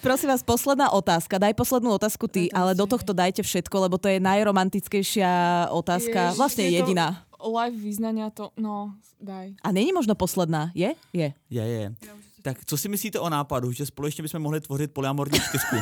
prosím vás, posledná otázka. Daj poslednú otázku ty, ale do tohto dajte všetko, lebo to je najromantickejšia otázka. Ježiš, Vlastne je to- jediná. Live význania to, no, daj. A není možno posledná. Je? Je. Je, je. Tak co si myslíte o nápadu, že společně bychom mohli tvořit polyamorní čtyřku?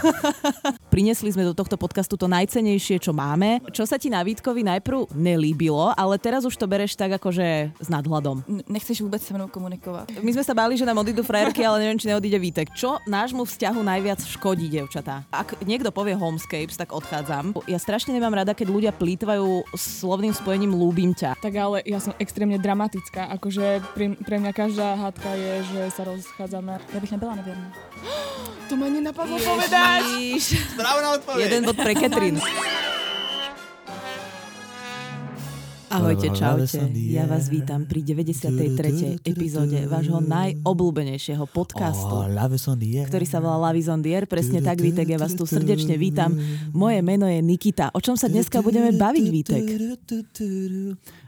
Prinesli sme do tohto podcastu to najcenejšie, čo máme. Čo sa ti na Vítkovi najprv nelíbilo, ale teraz už to bereš tak akože s nadhľadom. N- Nechceš vůbec se mnou komunikovat. My sme sa báli, že nám odídu frajerky, ale neviem, či neodíde Vítek. Čo nášmu vzťahu najviac škodí, devčatá? Ak niekto povie homescapes, tak odchádzam. Ja strašne nemám rada, keď ľudia plýtvajú slovným spojením ľúbim ťa. Tak ale ja som extrémne dramatická, akože pre, pre mňa každá hádka je, že sa rozchádzame. Já bych nebyla nevěrná. To ma nenapadlo povedať! Správná odpověď. Jeden bod pre Katrin. Ahojte, čaute. Ja vás vítam pri 93. epizóde vášho najobľúbenejšieho podcastu Oh, ktorý sa volá Lavi Zondier. Presne tak, Vítek, ja vás tu srdečne vítam. Moje meno je Nikita. O čom sa dneska budeme baviť, Vítek?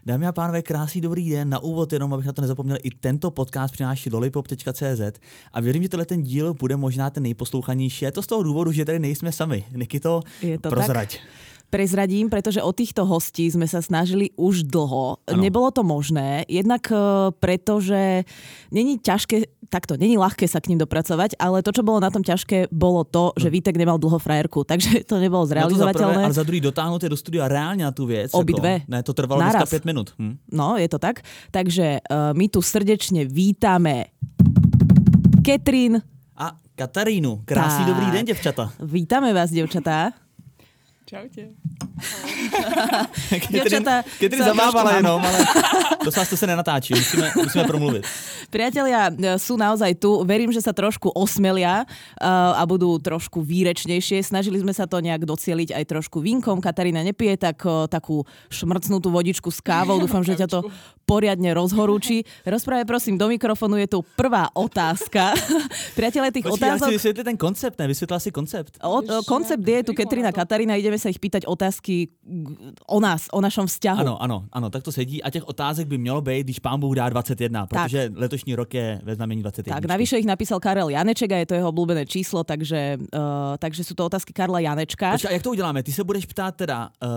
Dámy a pánové, krásný dobrý den. Na úvod jenom, abych na to nezapomněl, i tento podcast přináší lollipop.cz a věřím, že tenhle ten díl bude možná ten nejposlouchanější. Je to z toho důvodu, že tady nejsme sami. Nikito, Je to prozrať. Prezradím, pretože o týchto hostí sme sa snažili už dlho. Ano. Nebolo to možné, jednak eh, preto, že není ťažké, takto, není ľahké sa k ním dopracovať, ale to, čo bolo na tom ťažké, bolo to, že Vítek nemal dlho frajerku, takže to nebolo Hm. Na to za prvé, ale zrealizovateľné. za druhý dotáhnout je do studia reálně na tu věc. Obidve. Jako, ne, to trvalo Naraz. dneska pět minut. Hm? No, je to tak. Takže eh, my tu srdečne vítame Ketrin. A Katarínu, krásný Tak. dobrý den, děvčata. Vítame vás, devčatá. Čaute. Děvčata, Katrin sa zamávala trošku jenom, ale to se to se nenatáčí, musíme, musíme promluvit. Priatelia e, sú naozaj tu. Verím, že sa trošku osmelia e, a budú trošku výrečnejšie. Snažili sme sa to nejak docieliť aj trošku vinkom. Katarína nepije tak, e, takú šmrcnutú vodičku s kávou. Dúfam, že ťa to poriadne rozhorúči. Rozprávaj prosím, do mikrofonu je tu prvá otázka. Priatelia, tých Počkej, já chci otázok... vysvětlit ten koncept, ne? Vysvětlila si koncept. O, o, koncept je tu Katrina Katarína, ideme sa ich pýtať otázky k- o nás, o našom vzťahu. Ano, ano, ano, tak to sedí. A těch otázek by mělo být, když pán Bůh dá 21, protože letošní rok je ve znamení 21. Tak, navyše ich napísal Karel Janeček a je to jeho obľúbené číslo, takže, uh, takže sú to otázky Karla Janečka. Počkej, a jak to uděláme? Ty se budeš ptát teda uh,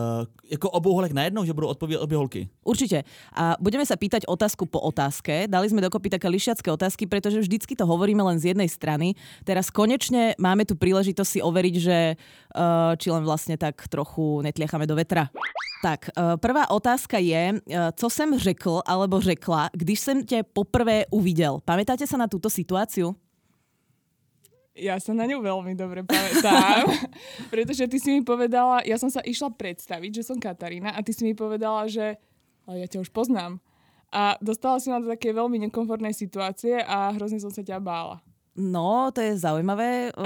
jako obou holek najednou, že budou odpovědět obě holky. Určite. A budeme sa pýtať otázku po otázke. Dali sme dokopy také lišiacké otázky, pretože vždycky to hovoríme len z jednej strany. Teraz konečne máme tu príležitosť si overiť, že uh, či len vlastne tak trochu netliachame do vetra. Tak, uh, prvá otázka je, uh, co som řekl alebo řekla, když som te poprvé uvidel. Pamätáte sa na túto situáciu? Ja sa na ňu veľmi dobre pamätám, pretože ty si mi povedala, ja som sa išla predstaviť, že som Katarína a ty si mi povedala, že ale ja ťa už poznám. A dostala si ma do také veľmi nekomfortnej situácie a hrozne som sa ťa bála. No, to je zaujímavé. Uh,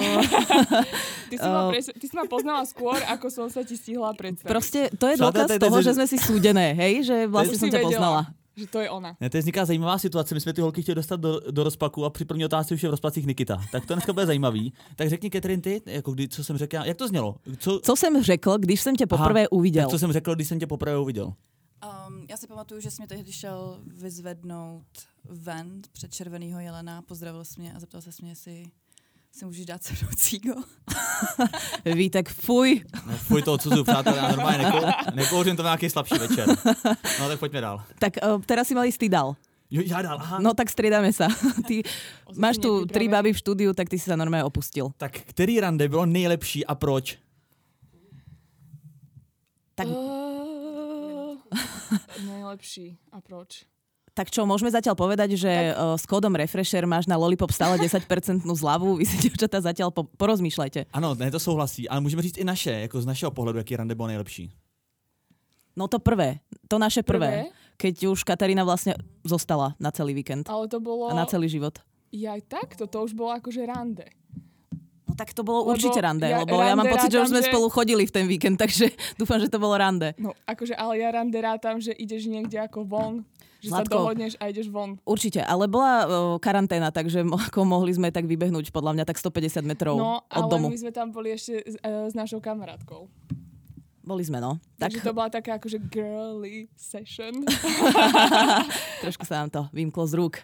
Ty si, ma, pres- ty si ma poznala skôr, ako som sa ti stihla predstaviť. Ehm. proste, to je Čo, to- dôkaz to je- to je- toho, že sme si súdené, hej? Že vlastne Už som si ťa vedela, poznala. Že to je ona. Ne, to je vzniká zajímavá situace. My jsme ty holky chtěli dostat do, do rozpaku a při první otázce už je v rozpacích Nikita. Tak to dneska bude zajímavý. Tak řekni, Katrin, ty, jako kdy, co jsem řekl, já- jak to znělo? Co, Co som řekl, když som ťa poprvé uvidel? Tak co jsem řekl, když jsem tě poprvé uviděl? Um, já si pamatuju, že jsi mě tehdy šel vyzvednout ven před červenýho jelena, pozdravil jsi mě a zeptal se mě, jestli si můžeš dát se mnou cígo. Vítek, fuj, No, fuj to odsuzu, přátelé, já normálně nekou, nekouřím to na nějaký slabší večer. No tak pojďme dál. Tak uh, teraz si mali stydal. Jo, já dál, aha. No tak striedame sa. Ty Ostatní máš tu nepripravený. tri baby v štúdiu, tak ty si sa normálne opustil. Tak který rande bylo nejlepší a proč? Tak, Ah. Najlepší approach. tak čo, môžeme zatiaľ povedať, že uh, s kódom Refresher máš na Lollipop stále 10% zľavu. Vy si, devčatá, zatiaľ po, porozmýšľajte. Ano, ne, to souhlasí, ale můžeme říct i naše, jako z našeho pohledu, jaký rande bylo nejlepší. No to prvé, to naše prvé. Prvé? Keď už Katarína vlastne zostala na celý víkend Ale to bolo... a na celý život. Ja aj takto, to už bolo akože rande. No tak to bolo Lebo určite rande, ja- lebo ja mám rande pocit, že už rátam, sme že- spolu chodili v ten víkend, takže dúfam, že to bolo rande. No, akože, ale ja rande rátam, že ideš niekde ako von, že sa Zlatko. dohodneš a ideš von. Určite, ale bola o, karanténa, takže mo- ako mohli sme tak vybehnúť podľa mňa tak 150 metrov No, od ale domu. my sme tam boli ešte s, e, s našou kamarátkou. Boli sme, no. Tak Takže to bola taká akože girly session. trošku sa nám to vymklo z rúk.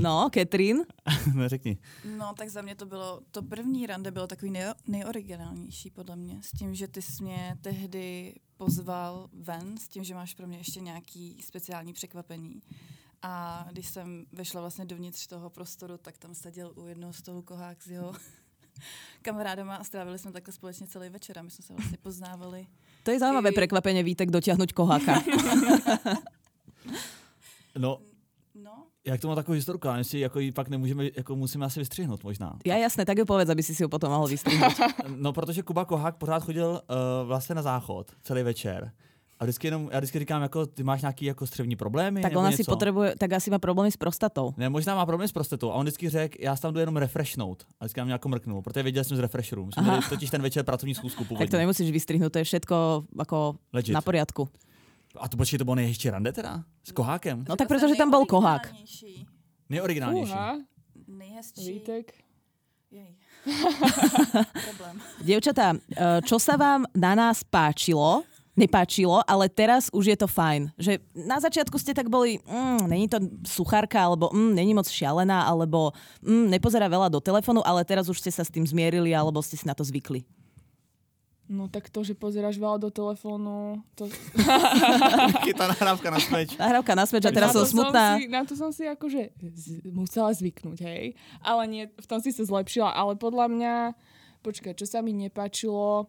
No, Katrin? Neřekni. No, tak za mě to bylo, to první rande bylo takový nej, nejoriginálnější podle mě, s tím, že ty jsi mě tehdy pozval ven, s tím, že máš pro mě ještě nějaký speciální překvapení. A když jsem vešla vlastně dovnitř toho prostoru, tak tam seděl u jednoho stolu kohák s jeho kamarádama a strávili jsme takhle společně celý večer a my jsme se vlastně poznávali. To je zaujímavé I- prekvapenie Vítek dotiahnuť koháka. No, No, jak to má takovou historku, ale si jako ji pak nemůžeme, jako musíme asi vystřihnout možná. Ja jasné, tak ju povedz, aby si si ju potom mohol vystrihnúť. No, protože Kuba Kohák pořád chodil uh, vlastně na záchod celý večer. A vždycky jenom, já vždycky říkám, jako ty máš nějaký jako střevní problémy Tak nebo ona něco. si potrebuje, tak asi má problémy s prostatou. Ne, možná má problém s prostetou. A on vždycky řekl, já se tam jdu jenom refreshnout. A vždycky na mě jako mrknul, protože věděl jsem z refresheru. My jsme měli totiž ten večer pracovní schůzku původně. Tak to nemusíš vystrihnúť, to je všetko ako Legit. na poriadku. A to počkej, to bylo nejhezčí rande teda? S Kohákem? No tak Řekla protože jsem tam byl kohák. nejoriginálnější, Nejoriginálnější. Uha, Nejhezčí. Vítek. Jej. Problém. Dievčatá, e, čo sa vám na nás páčilo, nepáčilo, ale teraz už je to fajn. Že na začiatku ste tak boli, mm, není to suchárka, alebo mm, není moc šialená, alebo mm, nepozerá veľa do telefónu, ale teraz už ste sa s tým zmierili, alebo ste si na to zvykli. No tak to, že pozeráš veľa do telefónu, to... Ta nahrávka na smeč. Nahrávka na smeč a teraz na som to smutná. Som si, na to som si akože z- musela zvyknúť, hej. Ale nie, v tom si sa zlepšila. Ale podľa mňa, počkaj, čo sa mi nepáčilo...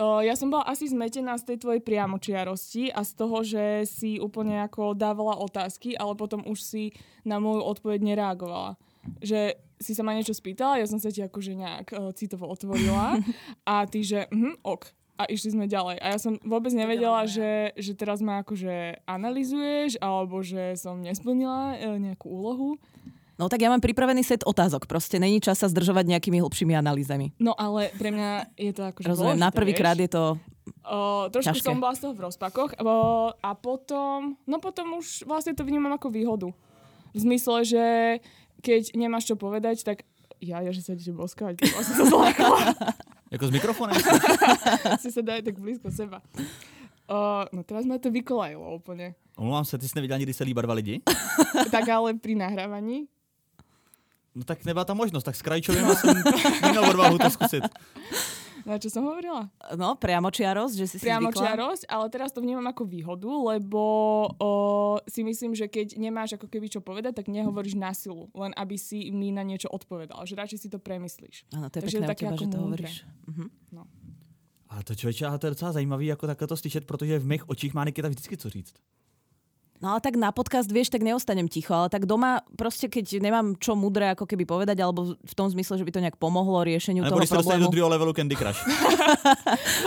O, ja som bola asi zmetená z tej tvojej priamočiarosti a z toho, že si úplne ako dávala otázky, ale potom už si na moju odpoveď nereagovala. Že si sa ma niečo spýtala, ja som sa ti akože nejak o, citovo otvorila a ty, že mhm, ok. A išli sme ďalej. A ja som vôbec nevedela, Vedela, že, že teraz ma akože analizuješ, alebo že som nesplnila e, nejakú úlohu. No tak ja mám pripravený set otázok. Proste není čas sa zdržovať nejakými hlbšími analýzami. No ale pre mňa je to akože Rozumiem, dôležité, na prvýkrát vieš. je to... O, trošku Ťažké. Ťažké. som bola z toho v rozpakoch o, a potom, no potom už vlastne to vnímam ako výhodu. V zmysle, že keď nemáš čo povedať, tak ja, ja že sa idete boskávať, bola som sa zlákla. Jako s mikrofonem? si sa dali tak blízko seba. O, no teraz ma to vykolajilo úplne. Omlouvám se, ty jsi neviděl nikdy celý barva lidi? Tak ale pri nahrávaní, No tak nebyla ta možnost, tak s krajčovým jsem neměl odvahu to zkusit. na čo som hovorila? No, priamočiarosť, že si si zvykla. priamočiarosť, ale teraz to vnímam ako výhodu, lebo o, si myslím, že keď nemáš ako keby čo povedať, tak nehovoríš na silu, len aby si mi na niečo odpovedal, že radšej si to premyslíš. Áno, to je Takže pekné od také teba, ako že to múdre. hovoríš. A to člověče, ale to je docela zajímavý, jako takhle to slyšet, protože v mých očích má Nikita vždycky co říct. No ale tak na podcast, vieš, tak neostanem ticho, ale tak doma proste, keď nemám čo mudré ako keby povedať, alebo v tom zmysle, že by to nejak pomohlo riešeniu A toho nebo když se dostane do problému. druhého levelu Candy Crush.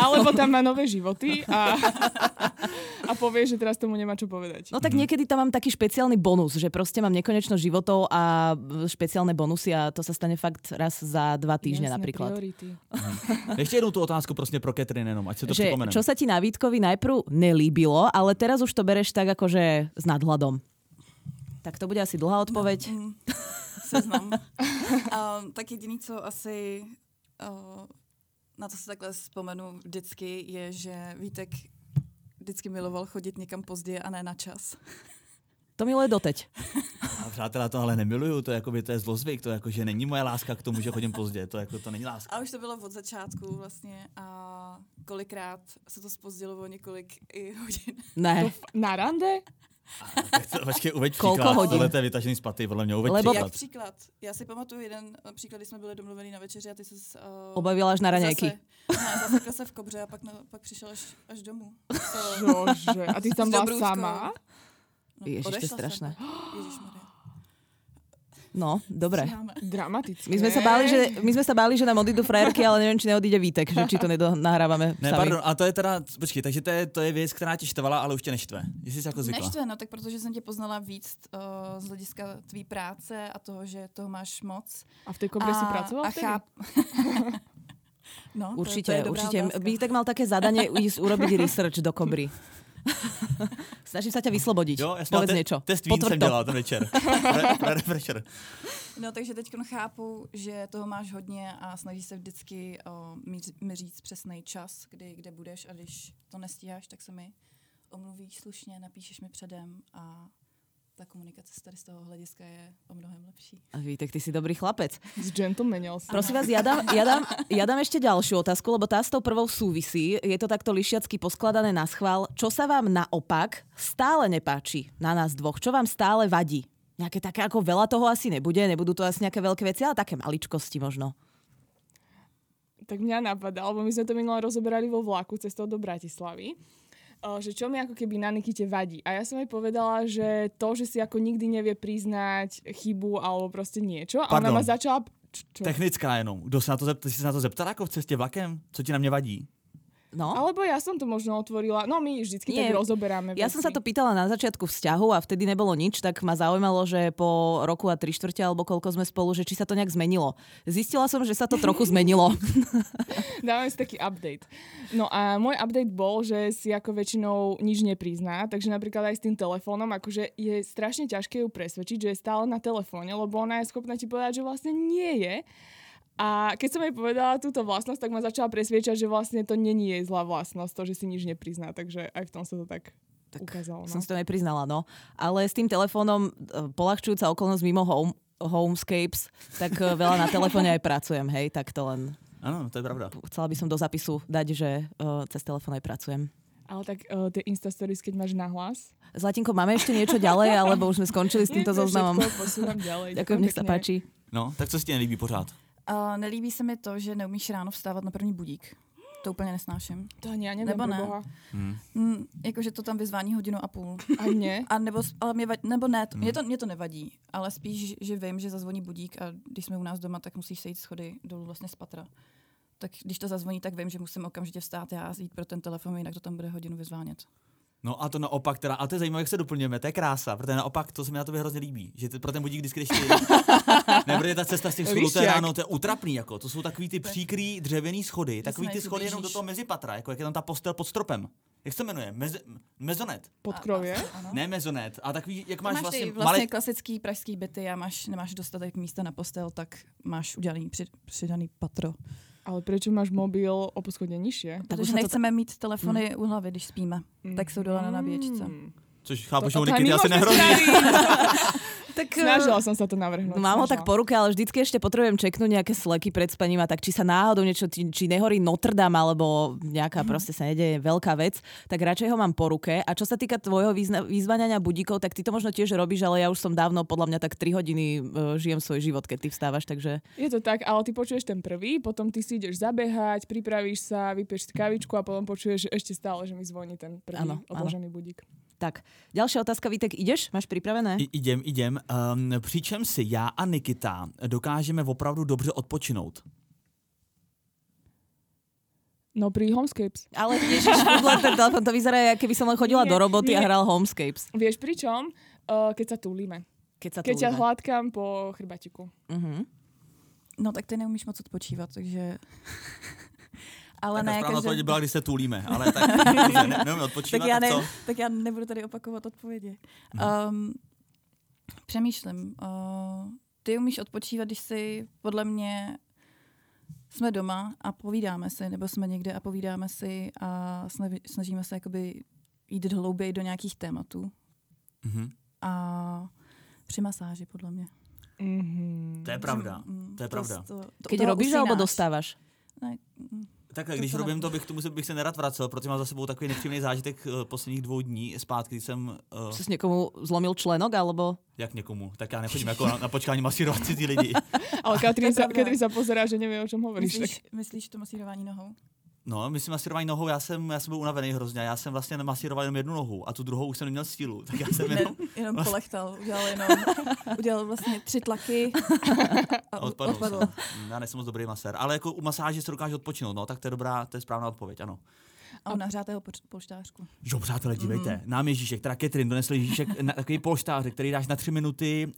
Alebo tam má nové životy a, a povie, že teraz tomu nemá čo povedať. No tak niekedy tam mám taký špeciálny bonus, že proste mám nekonečno životov a e, špeciálne bonusy a to sa stane fakt raz za dva týždne Jasné, napríklad. Priority. Ještě jednou tu otázku prostě pro Catherine jenom, ať se to že připomeneme. čo sa ti na Vítkovi najprv nelíbilo, ale teraz už to bereš tak akože s nadhľadom. Tak to bude asi dlhá odpoveď. No. Mm, seznam. um, tak jediný, co asi uh, na to se takhle vzpomenu vždycky, je, že Vítek vždycky miloval chodit někam pozdě a ne na čas. To miluje doteď. A přátelé, to ale nemiluju, to, je jakoby, to je zlozvyk, to je jako, že není moje láska k tomu, že chodím pozdě, to, jako, to není láska. A už to bylo od začátku vlastně a kolikrát se to spozdilo o několik i hodin. To Ne. f- na rande? Tak to, počkej, uveď Kolko příklad, hodin? tohle to je vytažený z paty, podle mě, uveď Lebo- příklad. Jak příklad. Já si pamatuju jeden eh, příklad, kdy jsme byli domluvený na večeři a ty jsi... Uh, Objavila až na raňajky. Zase, ne, zasekl se v kobře a pak, na, pak přišel až, až domů. To- no, Čože. A ty si tam S bola Dobrúskou. sama? No, Ježiš, to je odešla strašné. Jsem. Ježišmarja. No, dobre. Máme. Dramatické. My sme, sa báli, že, my sme sa báli, že nám odídu frajerky, ale neviem, či neodíde Vítek, že či to nedonahrávame sami. Ne, No, pardon, a to je teda, počkej, takže to je, to je věc, která tě štvala, ale už tě neštve. Jsi si jako zvykla. Neštve, no tak protože jsem tě poznala víc eh, z hlediska tvý práce a toho, že toho máš moc. A v tej kobre si pracovala a vtedy? cháp... no, Určite, to, je- to je dobrá určite. Otázka. Vítek mal také zadanie ísť urobiť research do kobry. Snažím sa ťa vyslobodiť. Jo, jasně, Povedz te- niečo. Test vín Potvrď jsem to. dělal ten večer. Re, re, refresher. Hm. No takže teď chápu, že toho máš hodně a snažíš se vždycky eh, o, mi, ř- mi říct přesný čas, kdy kde budeš a když to nestíháš, tak se mi omluvíš slušně, napíšeš mi předem a ta komunikace tady z toho hlediska je o mnohem lepší. A vy, tak ty si dobrý chlapec. Zgentlemanil sa. Prosím vás, ja dám, ja, dám, ja dám ešte ďalšiu otázku, lebo tá s tou prvou súvisí. Je to takto lišiacky poskladané na schvál. Čo sa vám naopak stále nepáči na nás dvoch? Čo vám stále vadí? Nejaké také, ako veľa toho asi nebude, nebudú to asi nejaké veľké veci, ale také maličkosti možno. tak mňa napadá, lebo my sme to minule rozoberali vo vlaku cestou do Bratislavy, o, že čo mi ako keby na Nikite vadí. A ja som jej povedala, že to, že si ako nikdy nevie priznať chybu alebo proste niečo. A ona Pardon. ma začala... Č- Čo? Technická jenom. Kdo se na to zeptal, jsi se na to zeptal jako v cestě vlakem? Co ti na mě vadí? No? Alebo ja som to možno otvorila. No my vždycky Nie, tak rozoberáme. Ja som sa to veci. pýtala na začiatku vzťahu a vtedy nebolo nič, tak ma zaujímalo, že po roku a tri štvrte alebo koľko sme spolu, že či sa to nejak zmenilo. Zistila som, že sa to trochu zmenilo. Dáme si taký update. No a môj update bol, že si ako väčšinou nič neprizná, takže napríklad aj s tým telefónom, akože je strašne ťažké ju presvedčiť, že je stále na telefóne, lebo ona je schopná ti povedať, že vlastne nie je. A keď som jej povedala túto vlastnosť, tak ma začala presviečať, že vlastne to není jej zlá vlastnosť, to, že si nič neprizná, takže aj v tom sa to tak, tak ukázalo. Som No. si to nepriznala, no. Ale s tým telefónom, eh, polahčujúca okolnosť mimo home, homescapes, tak eh, veľa na telefóne aj pracujem, hej, tak to len... Ano, to je pravda. Chcela by som do zapisu dať, že eh, cez telefón aj pracujem. Ale tak uh, tie Instastories, keď máš nahlas. Zlatinko, máme ešte niečo ďalej, alebo už sme skončili s týmto Nie, to je zoznamom? všetko, Posúvam ďalej. Ďakujem, nech sa pekne. páči. No, tak co se ti nelíbí pořád? A nelíbí se mi to, že neumíš ráno vstávat na první budík. To úplně nesnáším. To ani ja neviem, Nebo Nebo ne. ne. Boha. Mm, jakože to tam vyzvání hodinu a půl. A nie. A nebo, s- ale mě vadí, nebo ne, to, Mhm. mě, to, mě to nevadí, ale spíš, že vím, že zazvoní budík a když jsme u nás doma, tak musíš sejít schody dolů vlastně z patra. Tak když to zazvoní, tak vím, že musím okamžitě vstát já a jít pro ten telefon, jinak to tam bude hodinu vyzvánět. No a to naopak teda, a to je zajímavé, jak se doplňujeme, to je krása, protože naopak to se mi na tobě hrozně líbí, že ty, pro ten budík vždycky jdeš ty. ne, protože ta cesta z těch schodů, to je Víš jak. ráno, to je utrapný, jako, to jsou takový ty příkrý dřevěný schody, takový ty nejsi schody jenom do blížíš. toho mezipatra, jako jak je tam ta postel pod stropem. Jak se to jmenuje? Mez, mezonet. Podkrovie. Ano. Ne mezonet, a takový, jak No. Máš, máš, vlastně, ty vlastně male- klasický pražský byty a máš, nemáš dostatek místa na postel, tak máš udělaný při, přidaný patro. Ale prečo máš mobil o poschodie nižšie? Tak už sa Protože to- Mhm. nechceme mít telefony u hlavy, když spíme, tak jsou dole na nabíječce. Hmm. Což chápu, že To- u to aj Nikity my asi môžeme nehrozí. spraviť. Tak, Snažila som sa to navrhnúť. Mám ho tak snažila. po ruke, ale vždycky ešte potrebujem čeknúť nejaké sleky pred spaním a tak, či sa náhodou niečo, či, či nehorí Notre Dame, alebo nejaká Mhm. proste sa nedeje veľká vec, tak radšej ho mám po ruke. A čo sa týka tvojho význa- vyzváňania budíkov, tak ty to možno tiež robíš, ale ja už som dávno, podľa mňa tak 3 hodiny e, žijem svoj život, keď ty vstávaš, takže Je to tak, ale ty počuješ ten prvý, potom ty si ideš zabehať, pripravíš sa, vypieš si kavičku a potom počuješ ešte stále, že mi zvoní ten prvý Áno, ano, áno. odložený budík. tak. Ďalšia otázka, Vítek, ideš? Máš pripravené? I- Idem, idem. Um, přičem si já a Nikita dokážeme opravdu dobře odpočinout. No pri Homescapes. Ale ježiš, podľa ten telefon, to vyzerá, ako keby som len chodila Nie, do roboty a nie. hral Homescapes. Vieš pričom? Uh, keď sa túlime. Keď sa Keď to ťa ujme. hladkám po chrbatiku. Mhm. No tak ty neumíš moc odpočívat, takže... Ale Ale ne, správná každé... odpověď byla, když se tulíme, ale tak ne, neumím odpočívat, tak, já tak ne, co? Mhm. tak já nebudu tady opakovat odpovědi. Um, přemýšlím. Uh, ty umíš odpočívat, když si podle mě jsme doma a povídáme si, nebo jsme někde a povídáme si a snaži- snažíme se jakoby jít hlouběji do nějakých tématů. Mhm. A při masáži, podle mě. Mm-hmm. Mhm. To je pravda, Mm, to je pravda. to, to, Keď toho robíš alebo usínáš. dostávaš? Ne, mm, Takhle, to když co robím ne- to, bych, tomu se, bych se nerad vracel, protože mám za sebou takový nepříjemný zážitek eh, posledních dvou dní zpátky, když jsem, eh, Si s niekomu zlomil členok, alebo... jak někomu, tak já nechodím jako na, na počkání masírovat cizí lidi. Ale Katrin To je sa, pravda. Katrin sa pozerá, že nevie, o čom hovoríš. Tak. myslíš, myslíš to masírování nohou? No, myslím masírování nohou, já jsem, já jsem byl unavený hrozně, já jsem vlastně masíroval jenom jednu nohu a tu druhou už jsem neměl sílu, tak já jsem Ne, jenom jenom kolechtal, udělal jenom, udělal vlastně tři tlaky a A odpadl. odpadl, odpadl. jsem. Já nejsem moc dobrý masér, ale jako u masáže se dokáže odpočinout, no, tak to je dobrá, to je správná odpověď, ano. A on nahřátého poč- polštářku. Jo, přátelé, dívejte, mm. nám Ježíšek, teda Katrin donesl Ježíšek na takový polštář, který dáš na tři minuty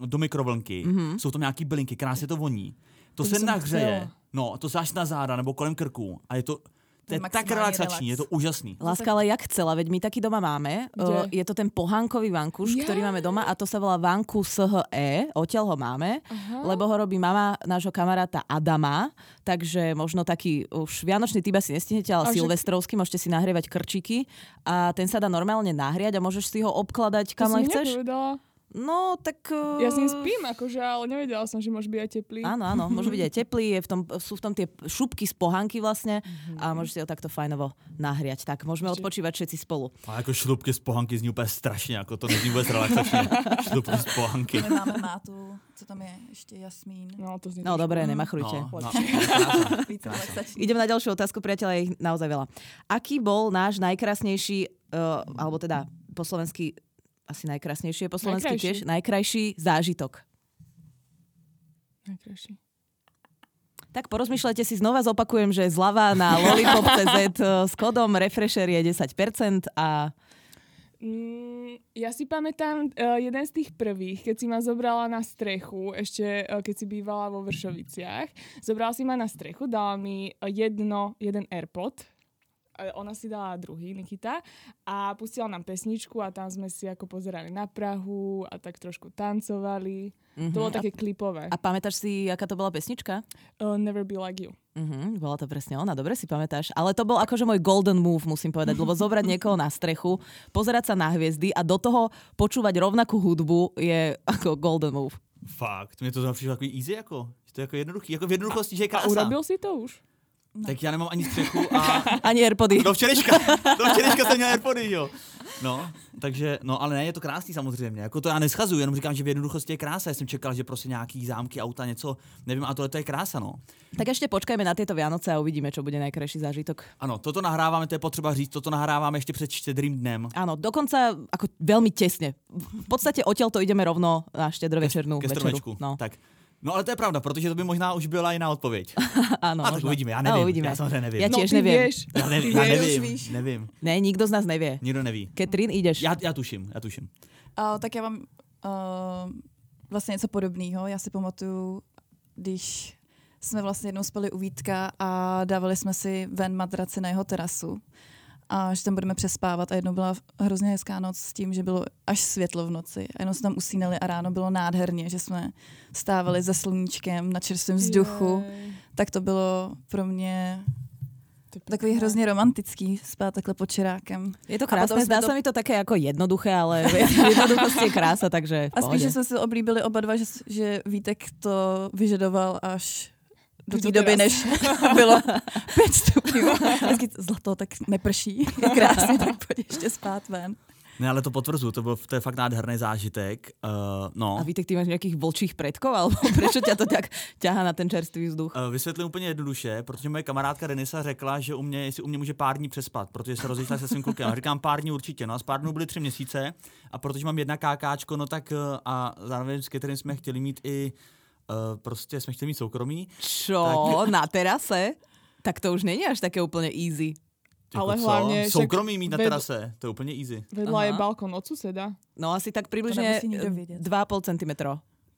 uh, do mikrovlnky. Mm-hmm. Jsou tam nějaký bylinky, krásně to voní. To, To se bych som nahřeje, chtěla. no, to se až na záda nebo kolem krku a je to To je tak maximální relaxační, relax. je to úžasný. Láska, ale jak chcela, veď my taký doma máme. Uh, Kde? je to ten pohánkový vankuš, Ja. ktorý máme doma a to sa volá vanku SHE, E. odtiaľ ho máme, Aha. lebo ho robí mama nášho kamaráta Adama, takže možno taký už vianočný typ asi nestihnete, ale A však- silvestrovský, môžete si nahrievať krčiky a ten sa dá normálne nahriať a môžeš si ho obkladať To kam si mi len chceš. nepovedala. No, tak... Uh... Ja s ním spím, akože, ale nevedela som, že môže byť aj teplý. Áno, áno, môže byť aj teplý, je v tom, sú v tom tie šupky z pohánky vlastne Mhm. a môžete ho takto fajnovo nahriať. Tak môžeme Ešte- odpočívať všetci spolu. A jako šlupky z pohanky zní úplně strašně, jako to nezní vůbec relaxačně. šlupky z pohanky. My máme mátu, co tam je, ještě jasmín. No, to znie No trošku- dobre, nemachrujte. No, no, Víc relaxační. Idem na ďalšiu otázku, priateľa, je ich naozaj veľa. Aký bol náš najkrásnejší, uh, alebo teda po slovensky, asi najkrásnejšie po slovensky Najkrajší. tiež, najkrajší zážitok? Najkrajší. Tak porozmýšľajte si, znova zopakujem, že zľava na lollipop.cz eh, s kodom Refresher je 10% a Mm, ja si pamätám uh, jeden z tých prvých, keď si ma zobrala na strechu, ešte uh, keď si bývala vo Vršoviciach. Zobrala si ma na strechu, dala mi eh, jedno, jeden AirPod, Eh, ona si dala druhý, Nikita, a pustila nám pesničku a tam sme si ako pozerali na Prahu a tak trošku tancovali. Mm-hmm. To bolo také klipové. Mhm. A pamätáš si, aká to bola pesnička? Uh, Never Be Like You. Mhm, bola to presne ona, dobre si pamätáš. Ale to bol akože môj golden move, musím povedať, lebo zobrať niekoho na strechu, pozerať sa na hviezdy a do toho počúvať rovnakú hudbu je ako golden move. Fakt, mě to zrovna přišlo takový easy jako. Že to je jako jednoduchý, jako v jednoduchosti, že je A krása. urobil si to už? Tak já nemám ani střechu a Ani Airpody. do včerejška, do včerejška jsem měl Airpody, jo. No, takže, no ale ne, je to krásný samozřejmě, jako to já neschazuju, jenom říkám, že v jednoduchosti je krása, já jsem čekal, že prostě nějaký zámky, auta, něco, nevím, a tohle to je krása, no. Tak ešte počkajme na tieto Vianoce a uvidíme, čo bude najkrajší zážitok. Ano, toto nahráváme, to je potřeba říct, toto nahráváme ještě před štědrým dnem. Áno, dokonca ako veľmi tesne. V podstate odtiaľ to ideme rovno na štedrovečernú ke večeru. stromečku. No, Tak. No ale to je pravda, protože to by možná už byla jiná odpověď. áno. A tak možno. uvidíme, já A nevím. uvidíme. Já samozřejmě nevím. Ja no, tiež ty neviem. Vieš. já nevím, Ty já vieš, nevím, už víš. nevím, Ne, nikto z nás nevie. nikdo neví. Katrin, ideš. Já, já tuším, já tuším. A, tak já mám uh, vlastně něco podobného. Já si pamatuju, když jsme vlastně jednou spali u Vítka a dávali jsme si ven matraci na jeho terasu a že tam budeme přespávat a jednou byla hrozně hezká noc s tím, že bylo až světlo v noci a jenom jsme tam usínali a ráno bylo nádherně, že jsme stávali za sluníčkem na čerstvém vzduchu, Jej, tak to bylo pro mě to je takový pekné. hrozně romantický spát takhle pod čerákem. Je to A potom krásne, sme zdá to- sa mi to také ako jednoduché, ale v jednoduchosti je krása, takže v A pohode. spíše jsme si oblíbili oba dva, že, že Vítek to vyžadoval až do Až té do doby, teraz. než bylo 5 stupňů. Vždycky zlato, tak neprší, je krásně, tak pojď ještě spát ven. Ne, ale to potvrzu, to byl, to je fakt nádherný zážitek. Uh, no. A Vítek, ty máš nejakých vlčích predkov, alebo prečo ťa to tak ťaha na ten čerstvý vzduch? Eh, Vysvětlím úplně jednoduše, protože moje kamarádka Denisa řekla, že u mě, jestli u mě může pár dní přespat, protože se rozešla se svým klukem. A Říkám pár dní určitě, no a z pár dnů byly tři měsíce a protože mám jedna kákáčko, no tak eh, a zároveň s kterým jsme chtěli mít i eh, prostě jsme chtěli mít soukromí. Čo? Na terase? Tak to už není až také úplne easy. Jako Ale co? hlavně však Soukromí mít na ved- terase, to je úplně easy. Vedľa je Aha. balkón od suseda. No asi tak To približne nemusí nikto eh, vedieť. 2,5 cm.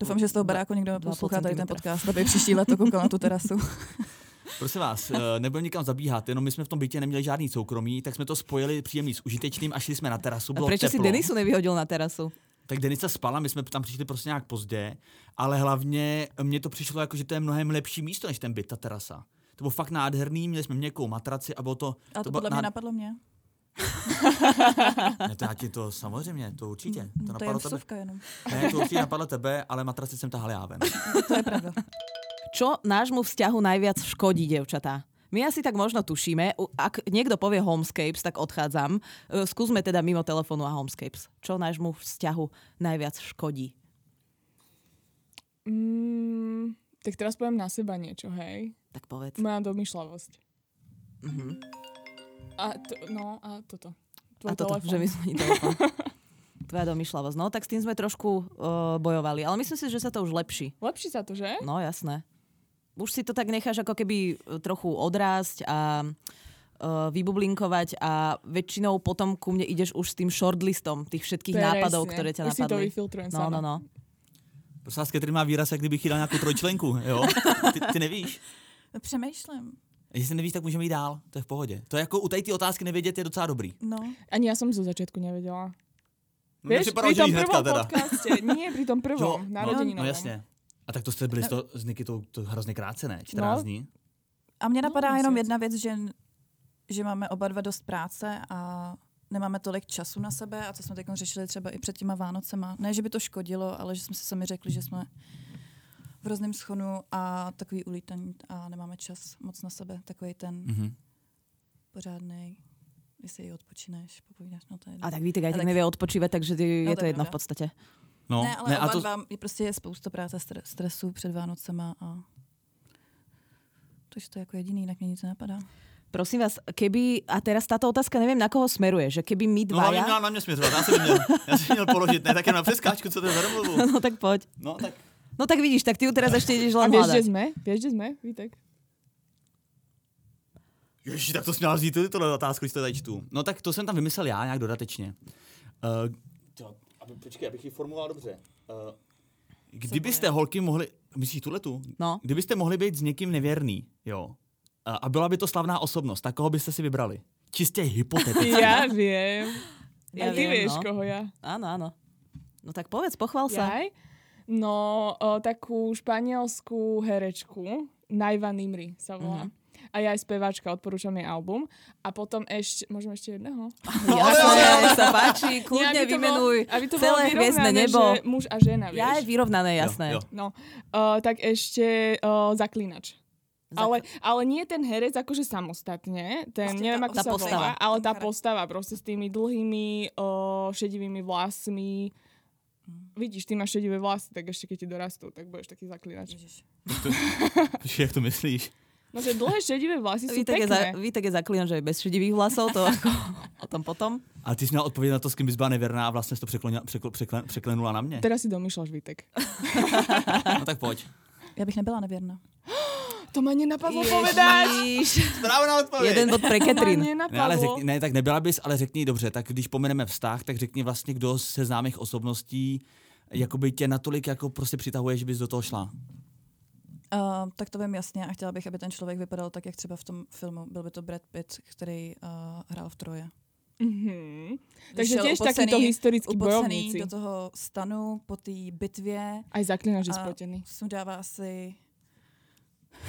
Doufám, že z toho baráku někdo Dva půl poslouchá tady ten centimetra. podcast, aby příští leto koukal na tu terasu. Prosím vás, eh, nebudeme nikam zabíhat, jenom my jsme v tom bytě neměli žádný soukromí, tak jsme to spojili příjemný s užitečným a šli jsme na terasu. A Bylo prečo si teplo. Denisu nevyhodil na terasu? Tak Denisa spala, my jsme tam přišli prostě nějak pozdě, ale hlavně mně to přišlo jako, že to je mnohem lepší místo než ten byt, ta terasa. To bylo fakt nádherný, měli jsme měkkou matraci a bylo to... A to bylo podle mě napadlo mě. Ne, to já ti to samozřejmě, to určitě. To, Mm, To je napadlo tebe. vsuvka jenom. Ne, to určitě napadlo tebe, ale matraci jsem tahal já ven. To je pravda. Čo nášmu vzťahu najviac škodí, devčatá? My asi tak možno tušíme. U- Ak niekto povie homescapes, tak odchádzam. E, Skúsme teda mimo telefónu a homescapes. Čo nášmu vzťahu najviac škodí? Mm, tak teraz poviem na seba niečo, hej. Tak povedz. Moja domýšľavosť. Mhm. A to, no a toto. Tvoj A toto, telefón. že mi zvoní telefón. Tvoja domýšľavosť. No, tak s tým sme trošku uh, bojovali. Ale myslím si, že sa to už lepší. Lepší sa to, že? No, jasné. Už si to tak necháš ako keby eh, trochu odrásť a eh, vybublinkovať a väčšinou potom ku mne ideš už s tým shortlistom tých všetkých Presne. nápadov, ktoré ťa Už si to napadli. vyfiltrujem No, sama. no, no. Prosím vás, Katrin má výraz, jak kdybych jí dal nějakou trojčlenku, jo? Ty, ty nevíš? Přemýšlím. A Jestli nevíš, tak můžeme jít dál, to je v pohodě. To je jako u tady ty otázky nevědět je docela dobrý. No, Ani ja som zo začiatku nevedela. No, Vieš, nepřipadalo, pri že tom víš prvom hnedka teda. podcaste. Nie, pri tom prvom, no, narodení no, jasně. A tak to jste byli s to, s Nikitou to hrozně krátce, ne? 14 No. dní. A mě napadá No, jenom myslím. jedna věc, že, že máme oba dva dost práce a nemáme tolik času na sebe a to jsme teď řešili třeba i před těma Vánocema. Ne, že by to škodilo, ale že jsme si sami řekli, že jsme v hrozném schonu a takový ulítaní a nemáme čas moc na sebe. Takový ten Mhm. pořádný, kdy si ji odpočineš, popovídáš na to jedno. A tak Vítek aj tak Ale- nevie odpočívať, takže ty- No, je to to je jedno v pravda. podstate. No, ne, ale ne, ne, a oba to, dva, je prostě je spousta práce, stre- stresu před Vánocema a takže to je jako jediný, jinak mě nic nenapadá. Prosím vás, keby, a teraz táto otázka, neviem, na koho smeruje, že keby my no, hlavně dvaja... měla na mě směřovat, já jsem ji měl, já jsem ji měl položit, ne, tak jen na přeskáčku, co to je za domluvu. No tak poď. No, tak No tak vidíš, tak ty ju teraz ešte ideš A len vieš, kde hľadať. sme? Vieš, kde sme, Vítek? Ježiš, tak to směla vzít ty tohle otázku, když to tady čtu. No tak to jsem tam vymyslel já nějak dodatečně. Uh, to, aby, počkej, abych ji formuloval dobře. Uh, kdybyste holky mohli, myslíš tuhletu? No. Kdybyste mohli být s někým nevěrný, jo, uh, a byla by to slavná osobnost, tak koho byste si vybrali? Čistě hypoteticky. Ja viem. Ja A ty viem, vieš, no. koho ja. Áno, áno. No tak povedz, pochvál sa. Jaj? No, o, takú španielskú herečku, Najva Nimri sa Mhm. volá. A ja aj speváčka, odporúčam jej album. A potom ešte, môžeme ešte jedného? Jasné, nech sa páči, kľudne Nie, aby to bolo- vymenuj aby to bolo celé hviezdne vyrovnané, nebo. Že muž a žena, vieš. Ja je vyrovnané, jasné. Jo, jo. No, uh, tak ešte uh, Zaklinač. Ale, ale nie ten herec akože samostatne, ten, Proste neviem tá- ako tá sa postava. volá, ale tá Charakter. postava proste s tými dlhými o, šedivými vlasmi. Vidíš, ty máš šedivé vlasy, tak ešte keď ti dorastú, tak budeš taký zaklinač. Ježiš. Počkej, jak to myslíš? No, že dlhé šedivé vlasy sú Vítek je, za, pekné. Vítek je zaklínač aj bez šedivých hlasov, to ako, o tom potom. A ty jsi měla odpovědět na to, s kým bys byla nevěrná a vlastně jsi to překlonila, překl, překlen, překlenula na mě. Teraz si domýšľaš, Vitek. No tak pojď. Já bych nebyla nevěrna. To ma nenapadlo povedať. Ježiš. Správná odpověď. Jeden bod pre To ma Katrin. Ne, ale nenapadlo. řekni, ne, tak nebyla bys, ale řekni dobře, tak když pomeneme vztah, tak řekni vlastně, kdo se známých osobností jakoby tě natolik jako prostě přitahuje, že bys do toho šla. Uh, tak to vím jasně a chtěla bych, aby ten člověk vypadal tak, jak třeba v tom filmu. Byl by to Brad Pitt, který uh, hrál v Troje. Mhm. Takže Šel tiež upocený- takíto historickí upocený bojovníci. do toho stanu po té bitvě. Aj zaklinač je a spotený. Sundává asi...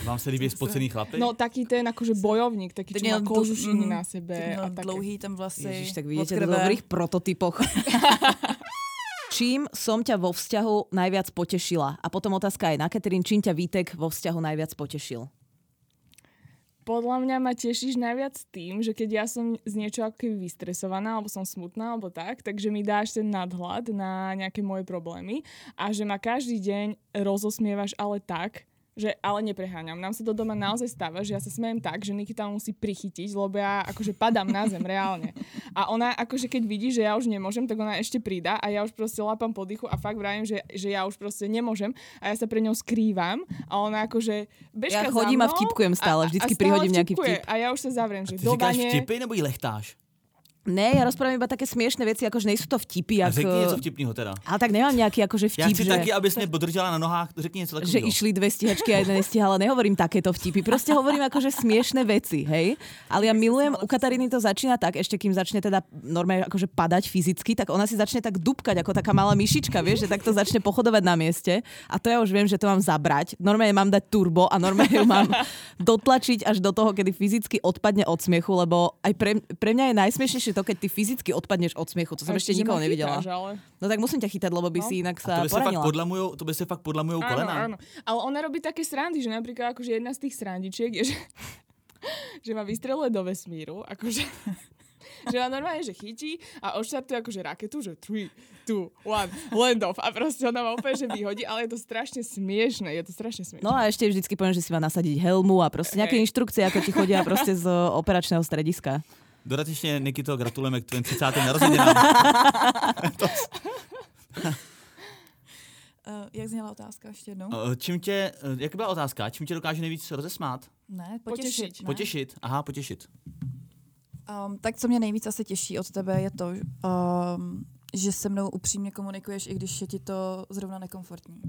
Vám se líbí spocený chlapy? No taký ten akože bojovník, taký, čo Ten má měl dl- kožušiny mhm. na sebe. Ten a měl také. dlouhý tam vlasy. Ježiš, tak od vidíte do krve. dobrých prototypoch. Čím som ťa vo vzťahu najviac potešila? A potom otázka aj na Katrin, čím ťa Vítek vo vzťahu najviac potešil? Podľa mňa ma tešíš najviac tým, že keď ja som z niečo ako keby vystresovaná, alebo som smutná, alebo tak, takže mi dáš ten nadhľad na nejaké moje problémy a že ma každý deň rozosmievaš ale tak, že ale nepreháňam. Nám sa do doma naozaj stáva, že ja sa smejem tak, že Nikita ma musí prichytiť, lebo ja akože padám na zem reálne. A ona akože keď vidí, že ja už nemôžem, tak ona ešte pridá a ja už proste lapám po dýchu a fakt vravím, že, že ja už proste nemôžem a ja sa pre ňou skrývam a ona akože Ja bežka za chodím a mnou vtipkujem stále, vždycky prihodím nejaký vtipkuje. vtip. A ja už sa zavriem, že Ty do říkáš bane... vtipy nebo jí lechtáš? Ne, ja rozprávam iba také smiešne veci, akože nejsú to vtipy. A Ako... řekni něco vtipného teda. Ale tak nemám nejaký akože eh, Já vtip, chci že, taky, abys mě podržela na nohách, řekni něco že takového. išli dve stíhačky a jedna nestihala. Nehovorím takéto vtipy, proste hovorím akože smiešne veci, hej. Ale ja milujem, u Katariny to začína tak, ešte kým začne teda normálne akože padať fyzicky, tak ona si začne tak dupkať, ako taká malá myšička, vieš, že takto začne pochodovať na mieste. A to ja už viem, že to mám zabrať. Normálne mám dať turbo a normálne ju mám dotlačiť až do toho, kedy fyzicky odpadne od smiechu, lebo aj pre, pre mňa je najsmiešnejšie to, keď ty fyzicky odpadneš od smiechu. To som ešte že nikoho ma nevidela. chytáš, ale... No tak musím ťa chytať, lebo by No. si inak sa A to by se fakt poranila. podlamujou, to by se fakt podlamujou Áno, kolena. áno. Ale ona robí také srandy, že napríklad akože jedna z tých srandičiek je, že, že ma vystreluje do vesmíru, akože že ma normálne, že chytí a odštartuje akože raketu, že 3, 2, 1, land off a proste ona ma úplne, že vyhodí, ale je to strašne smiešne, je to strašne smiešne. No a ešte vždycky poviem, že si má nasadiť helmu a proste nejaké Hej. inštrukcie, ako ti chodia proste z o, operačného strediska. Dodatečně, Nikito, gratulujeme k tvým 30. narozeninám. Uh, jak zněla otázka ještě jednou? Eh, Čím tě, eh, jak byla otázka, čím tě dokáže nejvíc rozesmát? Ne, Potěšit. no. potěšit. ne? Potěšit, aha, potěšit. Um, tak co mě nejvíc asi těší od tebe je to, um, že se mnou upřímně komunikuješ, i když je ti to zrovna nekomfortní.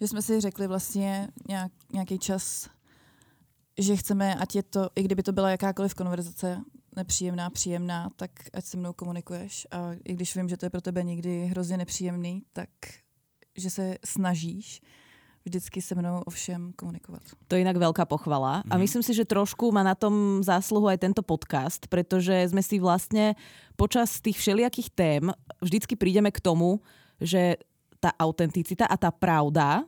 Že jsme si řekli vlastně nějak, nějaký čas, že chceme, ať je to, i kdyby to byla jakákoliv konverzace, nepříjemná, příjemná, tak ať se mnou komunikuješ. A i když vím, že to je pro tebe někdy hrozně nepříjemný, tak že se snažíš vždycky se mnou ovšem komunikovat. To je inak veľká pochvala. A myslím si, že trošku má na tom zásluhu aj tento podcast, pretože sme si vlastne počas tých všelijakých tém vždycky prídeme k tomu, že tá autenticita a tá pravda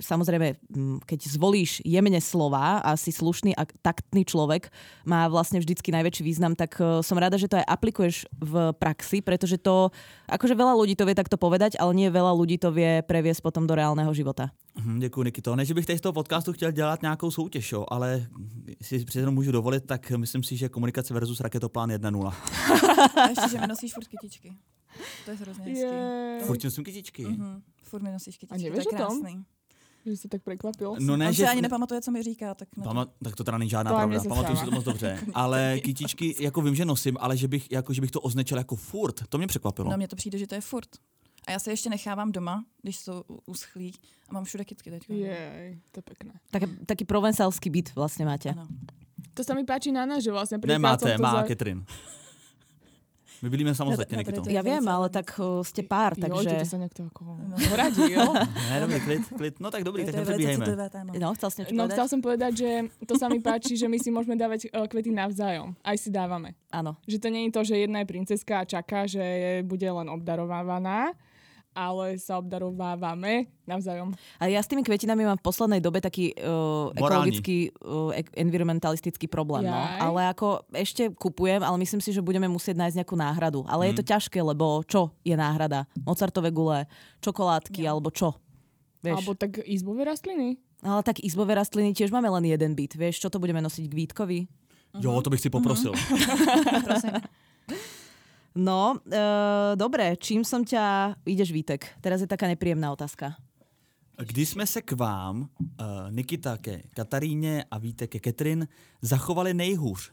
samozrejme, m, keď zvolíš jemne slova a si slušný a taktný človek, má vlastne vždycky najväčší význam, tak e, som rada, že to aj aplikuješ v praxi, pretože to, akože veľa ľudí to vie takto povedať, ale nie veľa ľudí to vie previesť potom do reálneho života. Mhm, Děkuji, Nikito. Ne, že bych teď z toho podcastu chtěl dělat nějakou soutěž, jo, ale jestli si přece jenom můžu dovolit, tak myslím si, že komunikace versus raketoplán 1.0. Mhm. A ještě, že mi nosíš furt kytičky. To je hrozně hezký. Je, Furt jsem kytičky. Mhm. Furt mi nosíš kytičky, to nevíš je o tom? krásný. že si tak prekvapil. No Ne, ne, On že... se ani nepamatuje, co mi říká, tak na to- Pama- tak to teda není žádná To ani pravda, se pamatuju si stává. to moc dobře. Ale kytičky, jako vím, že nosím, ale že bych, jako, že bych to označil jako furt, to mě překvapilo. No mně to přijde, že to je furt. A já se ještě nechávám doma, když jsou u- uschlí a mám všude kytky teď. Jej, to je pekné. Tak, taký provensalský byt vlastne máte. Ano. To sa mi páči na nás, že vlastne pri Nemáte, prácom to má za- Katrin. My bydlíme samostatně, na No, tady Nikito. to je- Ja viem, ale tak e, ste pár, Joj, to takže... sa niekto ako No. poradil. Ne, dobrý, klid, klid. No tak dobrý, To tak je velice nepředbíhejme. citlivé téma. No, chcel si niečo No povedať? chcel som povedať, že to sa mi páči, že my si môžeme dávať e, kvety navzájom. Aj si dávame. Áno. Že to nie je to, že jedna je princeska a čaká, že je, bude len obdarovávaná, ale sa obdarovávame navzájom. A ja s tými kvetinami mám v poslednej dobe taký uh, Morálny. ekologický, uh, ek- environmentalistický problém. No. Jaj. Ale ako ešte kupujem, ale myslím si, že budeme musieť nájsť nejakú náhradu. Ale je to ťažké, lebo čo je náhrada? Mozartové gule, čokoládky alebo čo? Vieš. Alebo tak izbové rastliny. Ale tak izbové rastliny tiež máme len jeden byt. Vieš, čo to budeme nosiť k Vítkovi? Jo, to bych si Mhm. poprosil. No, e, dobre, čím som ťa... Ideš Vítek, teraz je taká nepríjemná otázka. Když jsme se k vám, uh, Nikita ke Kataríně a Víte ke Katrin, zachovali nejhůř?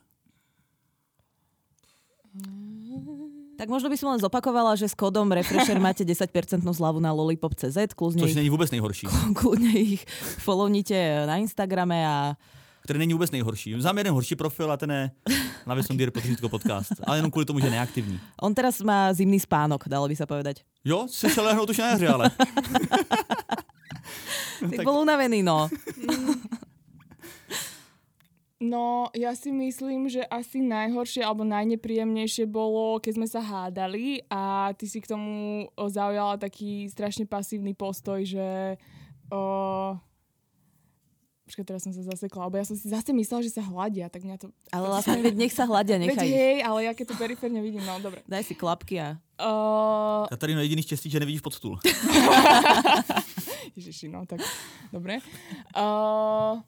Tak možno by som len zopakovala, že s kódom Refresher máte 10% zľavu na lollipop.cz, kľudne Což ich není vůbec nejhorší. kľudne ich follownite na Instagrame a Který není vůbec nejhorší. Znám jeden horší profil a ten je na Vesundýr Potřítko podcast. Ale jenom kvůli tomu, že je neaktivní. on teraz má zimný spánok, dalo by sa povedať. Jo, si se lehnout už na jaře, ale. Tak, bol unavený, no. No, ja si myslím, že asi najhoršie alebo najnepríjemnejšie bolo, keď sme sa hádali a ty si k tomu o, zaujala taký strašne pasívny postoj, že... O, Počkaj, teraz som sa zasekla, lebo ja som si zase myslela, že sa hladia, tak mňa to... Ale vlastne, veď nech sa hľadia, Veď nechaj ich. hej, ale ja keď to periférne vidím, no dobre. Daj si klapky a... Uh, Kataríno, jediný štěstí, že nevidíš pod stůl. Ježiši, no tak, dobre. Uh,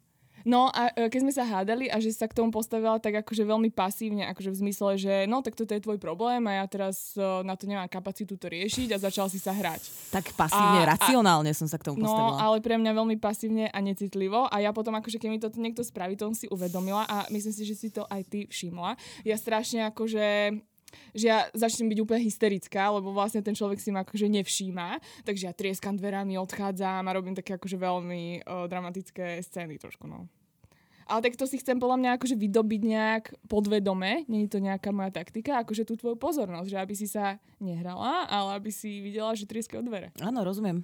no a e, keď sme sa hádali a že sa k tomu postavila tak akože veľmi pasívne, akože v zmysle, že no tak toto je tvoj problém a ja teraz e, na to nemám kapacitu to riešiť a začal si sa hrať. Tak pasívne, A- a- racionálne som sa k tomu No, postavila. ale pre mňa veľmi pasívne a necitlivo. A ja potom, akože keď mi to niekto spraví, to som si uvedomila a myslím si, že si to aj ty všimla. Ja strašne akože že ja začnem byť úplne hysterická, lebo vlastne ten človek si ma akože nevšíma, takže ja trieskam dverami, odchádzam a robím také akože veľmi o, dramatické scény trošku, no. Ale tak to si chcem podľa mňa akože vydobiť nejak podvedome, nie je to nejaká moja taktika, akože tú tvoju pozornosť, že aby si sa nehrala, ale aby si videla, že trieskajú dvere. Áno, rozumiem.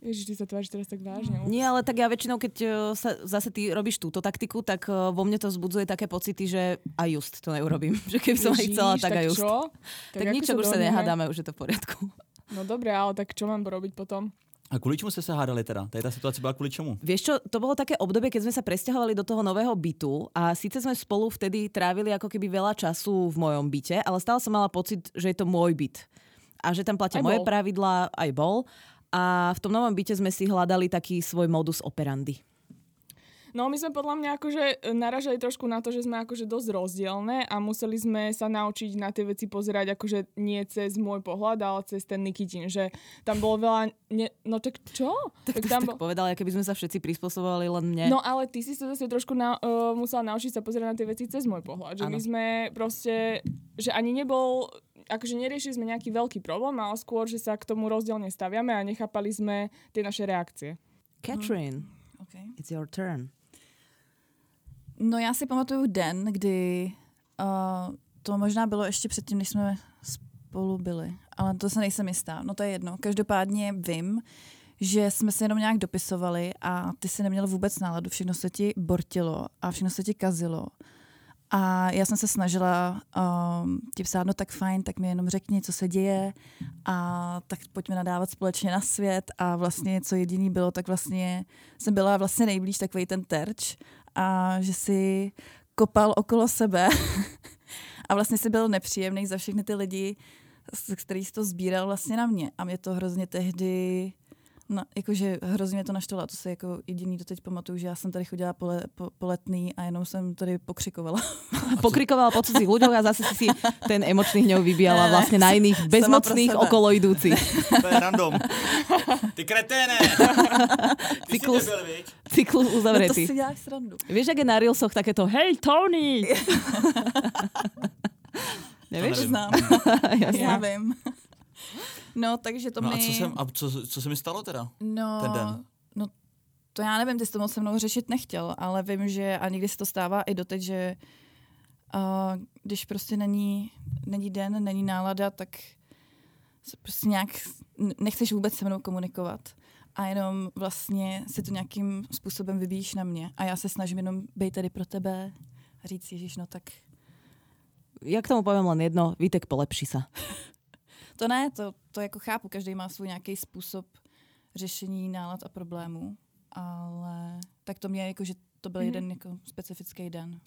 Ježiš, ty sa tváriš teraz tak vážne. Nie, ale tak ja väčšinou, keď e, sa zase ty robíš túto taktiku, tak e, vo mne to vzbudzuje také pocity, že aj just to neurobím. Že keby som aj Ježiš, chcela, tak aj just. čo? Tak, ako ničo, už sa dohodneme? nehádame, už je to v poriadku. No dobre, ale tak čo mám robiť potom? A kvůli čemu jste se hádali teda? Tady ta situace byla kvůli čemu? Vieš čo, to bolo také obdobie, keď sme sa presťahovali do toho nového bytu a síce sme spolu vtedy trávili ako keby veľa času v mojom byte, ale stále som mala pocit, že je to môj byt. A že tam platia Aj moje bol. pravidlá, aj bol. A v tom novom byte sme si hľadali taký svoj modus operandi. No my sme podľa mňa akože e, naražali trošku na to, že sme akože dosť rozdielne a museli sme sa naučiť na tie veci pozerať akože nie cez môj pohľad, ale cez ten Nikitin, že tam bolo veľa... Ne... No tak čo? Tak to tam si tak povedala, keby sme sa všetci prispôsobovali len mne. No ale ty si sa zase trošku na, uh, musela naučiť sa pozerať na tie veci cez môj pohľad. Že Áno. my sme proste, že ani nebol, akože neriešili sme nejaký veľký problém, ale skôr, že sa k tomu rozdielne staviame a nechápali sme tie naše reakcie. Catherine, Okay. it's your turn. No já si pamatuju den, kdy uh, to možná bylo ještě předtím, než jsme spolu byli, ale to se nejsem jistá. No to je jedno. Každopádně vím, že jsme se jenom nějak dopisovali a ty si neměl vůbec náladu. Všechno se ti bortilo a všechno se ti kazilo. A já jsem se snažila um, ti psát, no tak fajn, tak mi jenom řekni, co se děje a tak pojďme nadávat společně na svět a vlastně co jediný bylo, tak vlastně jsem byla vlastně nejblíž takový ten terč a že si kopal okolo sebe a vlastně si byl nepříjemný za všechny ty lidi, z kterých jsi to sbíral vlastně na mě a mě to hrozně tehdy No, jakože hrozně mě to naštvalo, a to se jako jediný doteď pamatuju, že já jsem tady chodila po, le, po, po letný a jenom jsem tady pokřikovala. Pokrikovala po cudzích ľuďoch a zase si si ten emočný hnev Ne, vybíjala ne, vlastne na iných bezmocných pro seba. okolo idúcich. To je random. Ty kreténe! Ty Cyklus. jsi nebyl, viď? Cyklus No, to si uzavretý. děláš srandu. Vieš, aké na Reelsoch takéto Hej, Tony! Nevieš? neviem. Znám, já vím. No, takže to No a mi... co, jsem, a co, co se mi stalo teda? No, ten den? no, to já nevím, ty jsi to moc se mnou řešit nechtěl, ale vím, že a někdy se to stává i doteď, že uh, když prostě není, není den, není nálada, tak se prostě nějak n- nechceš vůbec se mnou komunikovat. A jenom vlastně si to nějakým způsobem vybíjíš na mě. A já se snažím jenom být tady pro tebe a říct, Ježíš, no tak Ja k tomu poviem len jedno. Vítek, polepší sa. To ne, to, to jako chápu, každý má svůj nějaký způsob řešení nálad a problémů, ale tak to mě jako, že to byl mm. jeden jako specifický den.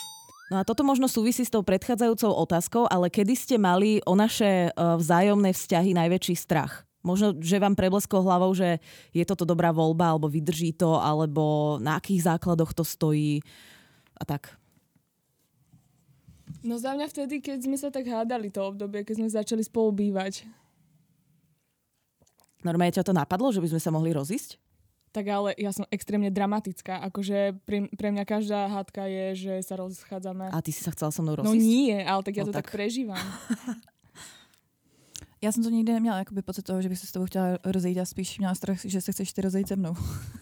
No a toto možno súvisí s tou predchádzajúcou otázkou, ale kedy ste mali o naše eh, vzájomné vzťahy najväčší strach? Možno, že vám preblesklo hlavou, že je toto dobrá voľba, alebo vydrží to, alebo na akých základoch to stojí a tak. No za mňa vtedy, keď sme sa tak hádali to obdobie, keď sme začali spolu bývať. Normálne ťa to napadlo, že by sme sa mohli rozísť? Tak ale ja som extrémne dramatická, akože pre, pre mňa každá hádka je, že sa rozchádzame. A ty si sa chcela so mnou No rozísť? nie, ale tak ja No to tak tak. prežívam. Já jsem to nikdy neměla jakoby pocit toho, že bych se s tebou chtěla rozejít a spíš měla strach, že se chceš ty rozejít se mnou.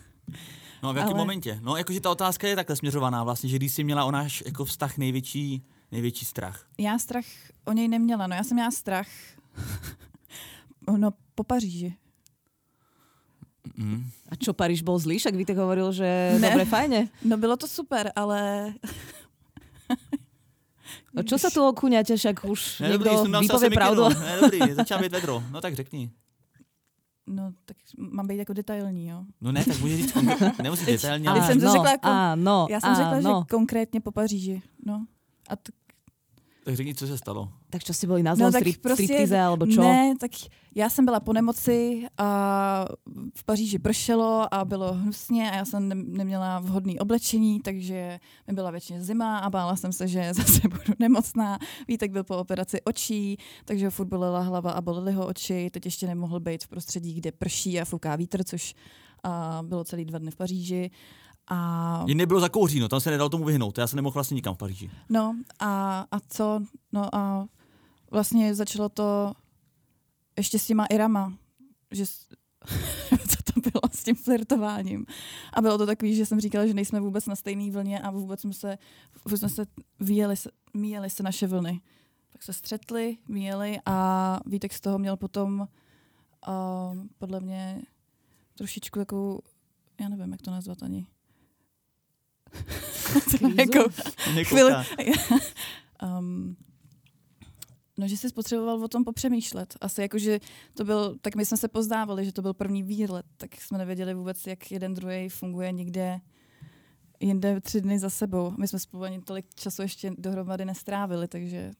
No a v jakém Ale- ale... momentě? No jakože ta otázka je takhle směřovaná vlastně, že když jsi měla o náš jako vztah největší, největší strach. Já strach o něj neměla, no já jsem měla strach no, po Paříži. Mm. A čo, Paríž bol zlý? Však Vítek hovoril, že Ne. ne. dobre, fajne. No bylo to super, ale No čo sa tu okúňate, však už Ne, niekto dobrý, jsem tam vypovie pravdu. Ne, dobrý, začíná být vedro. No tak řekni. no tak mám být jako detailní, jo. No ne, tak můžeš říct, nemusíš detailně. Ale ale- jsem to Áno, řekla ako- Áno, Já jsem řekla, áno. že konkrétně po Paříži, no. A t- Tak řekni, co se stalo. Tak čo ste boli na zlom no, street, striptize, alebo čo? Ne, tak já jsem byla po nemoci a v Paříži pršelo a bylo hnusně a já jsem ne- neměla vhodné oblečení, takže mi byla většině zima a bála jsem se, že zase budu nemocná. Vítek byl po operaci očí, takže ho furt bolela hlava a bolely ho oči. Teď ještě nemohl být v prostředí, kde prší a fouká vítr, což a bylo celý dva dny v Paříži. A Jen nebylo zakouříno, tam se nedal tomu vyhnout, já se nemohl vlastně nikam v Paříži. No a, a co? No a vlastně začalo to ještě s těma Irama, že s- co to bylo s tím flirtováním. A bylo to takový, že jsem říkala, že nejsme vůbec na stejné vlně a vůbec jsme se, vůbec jsme se vyjeli, se- míjeli se naše vlny. Tak se střetli, míjeli a Vítek z toho měl potom uh, podle mě trošičku takovou, já nevím, jak to nazvat ani. Takovou jako, chvíli. um, no, že jsi spotřeboval o tom popřemýšlet. Asi jako, že to byl, tak my jsme se pozdávali, že to byl první výlet, tak jsme nevěděli vůbec, jak jeden druhý funguje nikde jinde tři dny za sebou. My jsme spolu ani tolik času ještě dohromady nestrávili, takže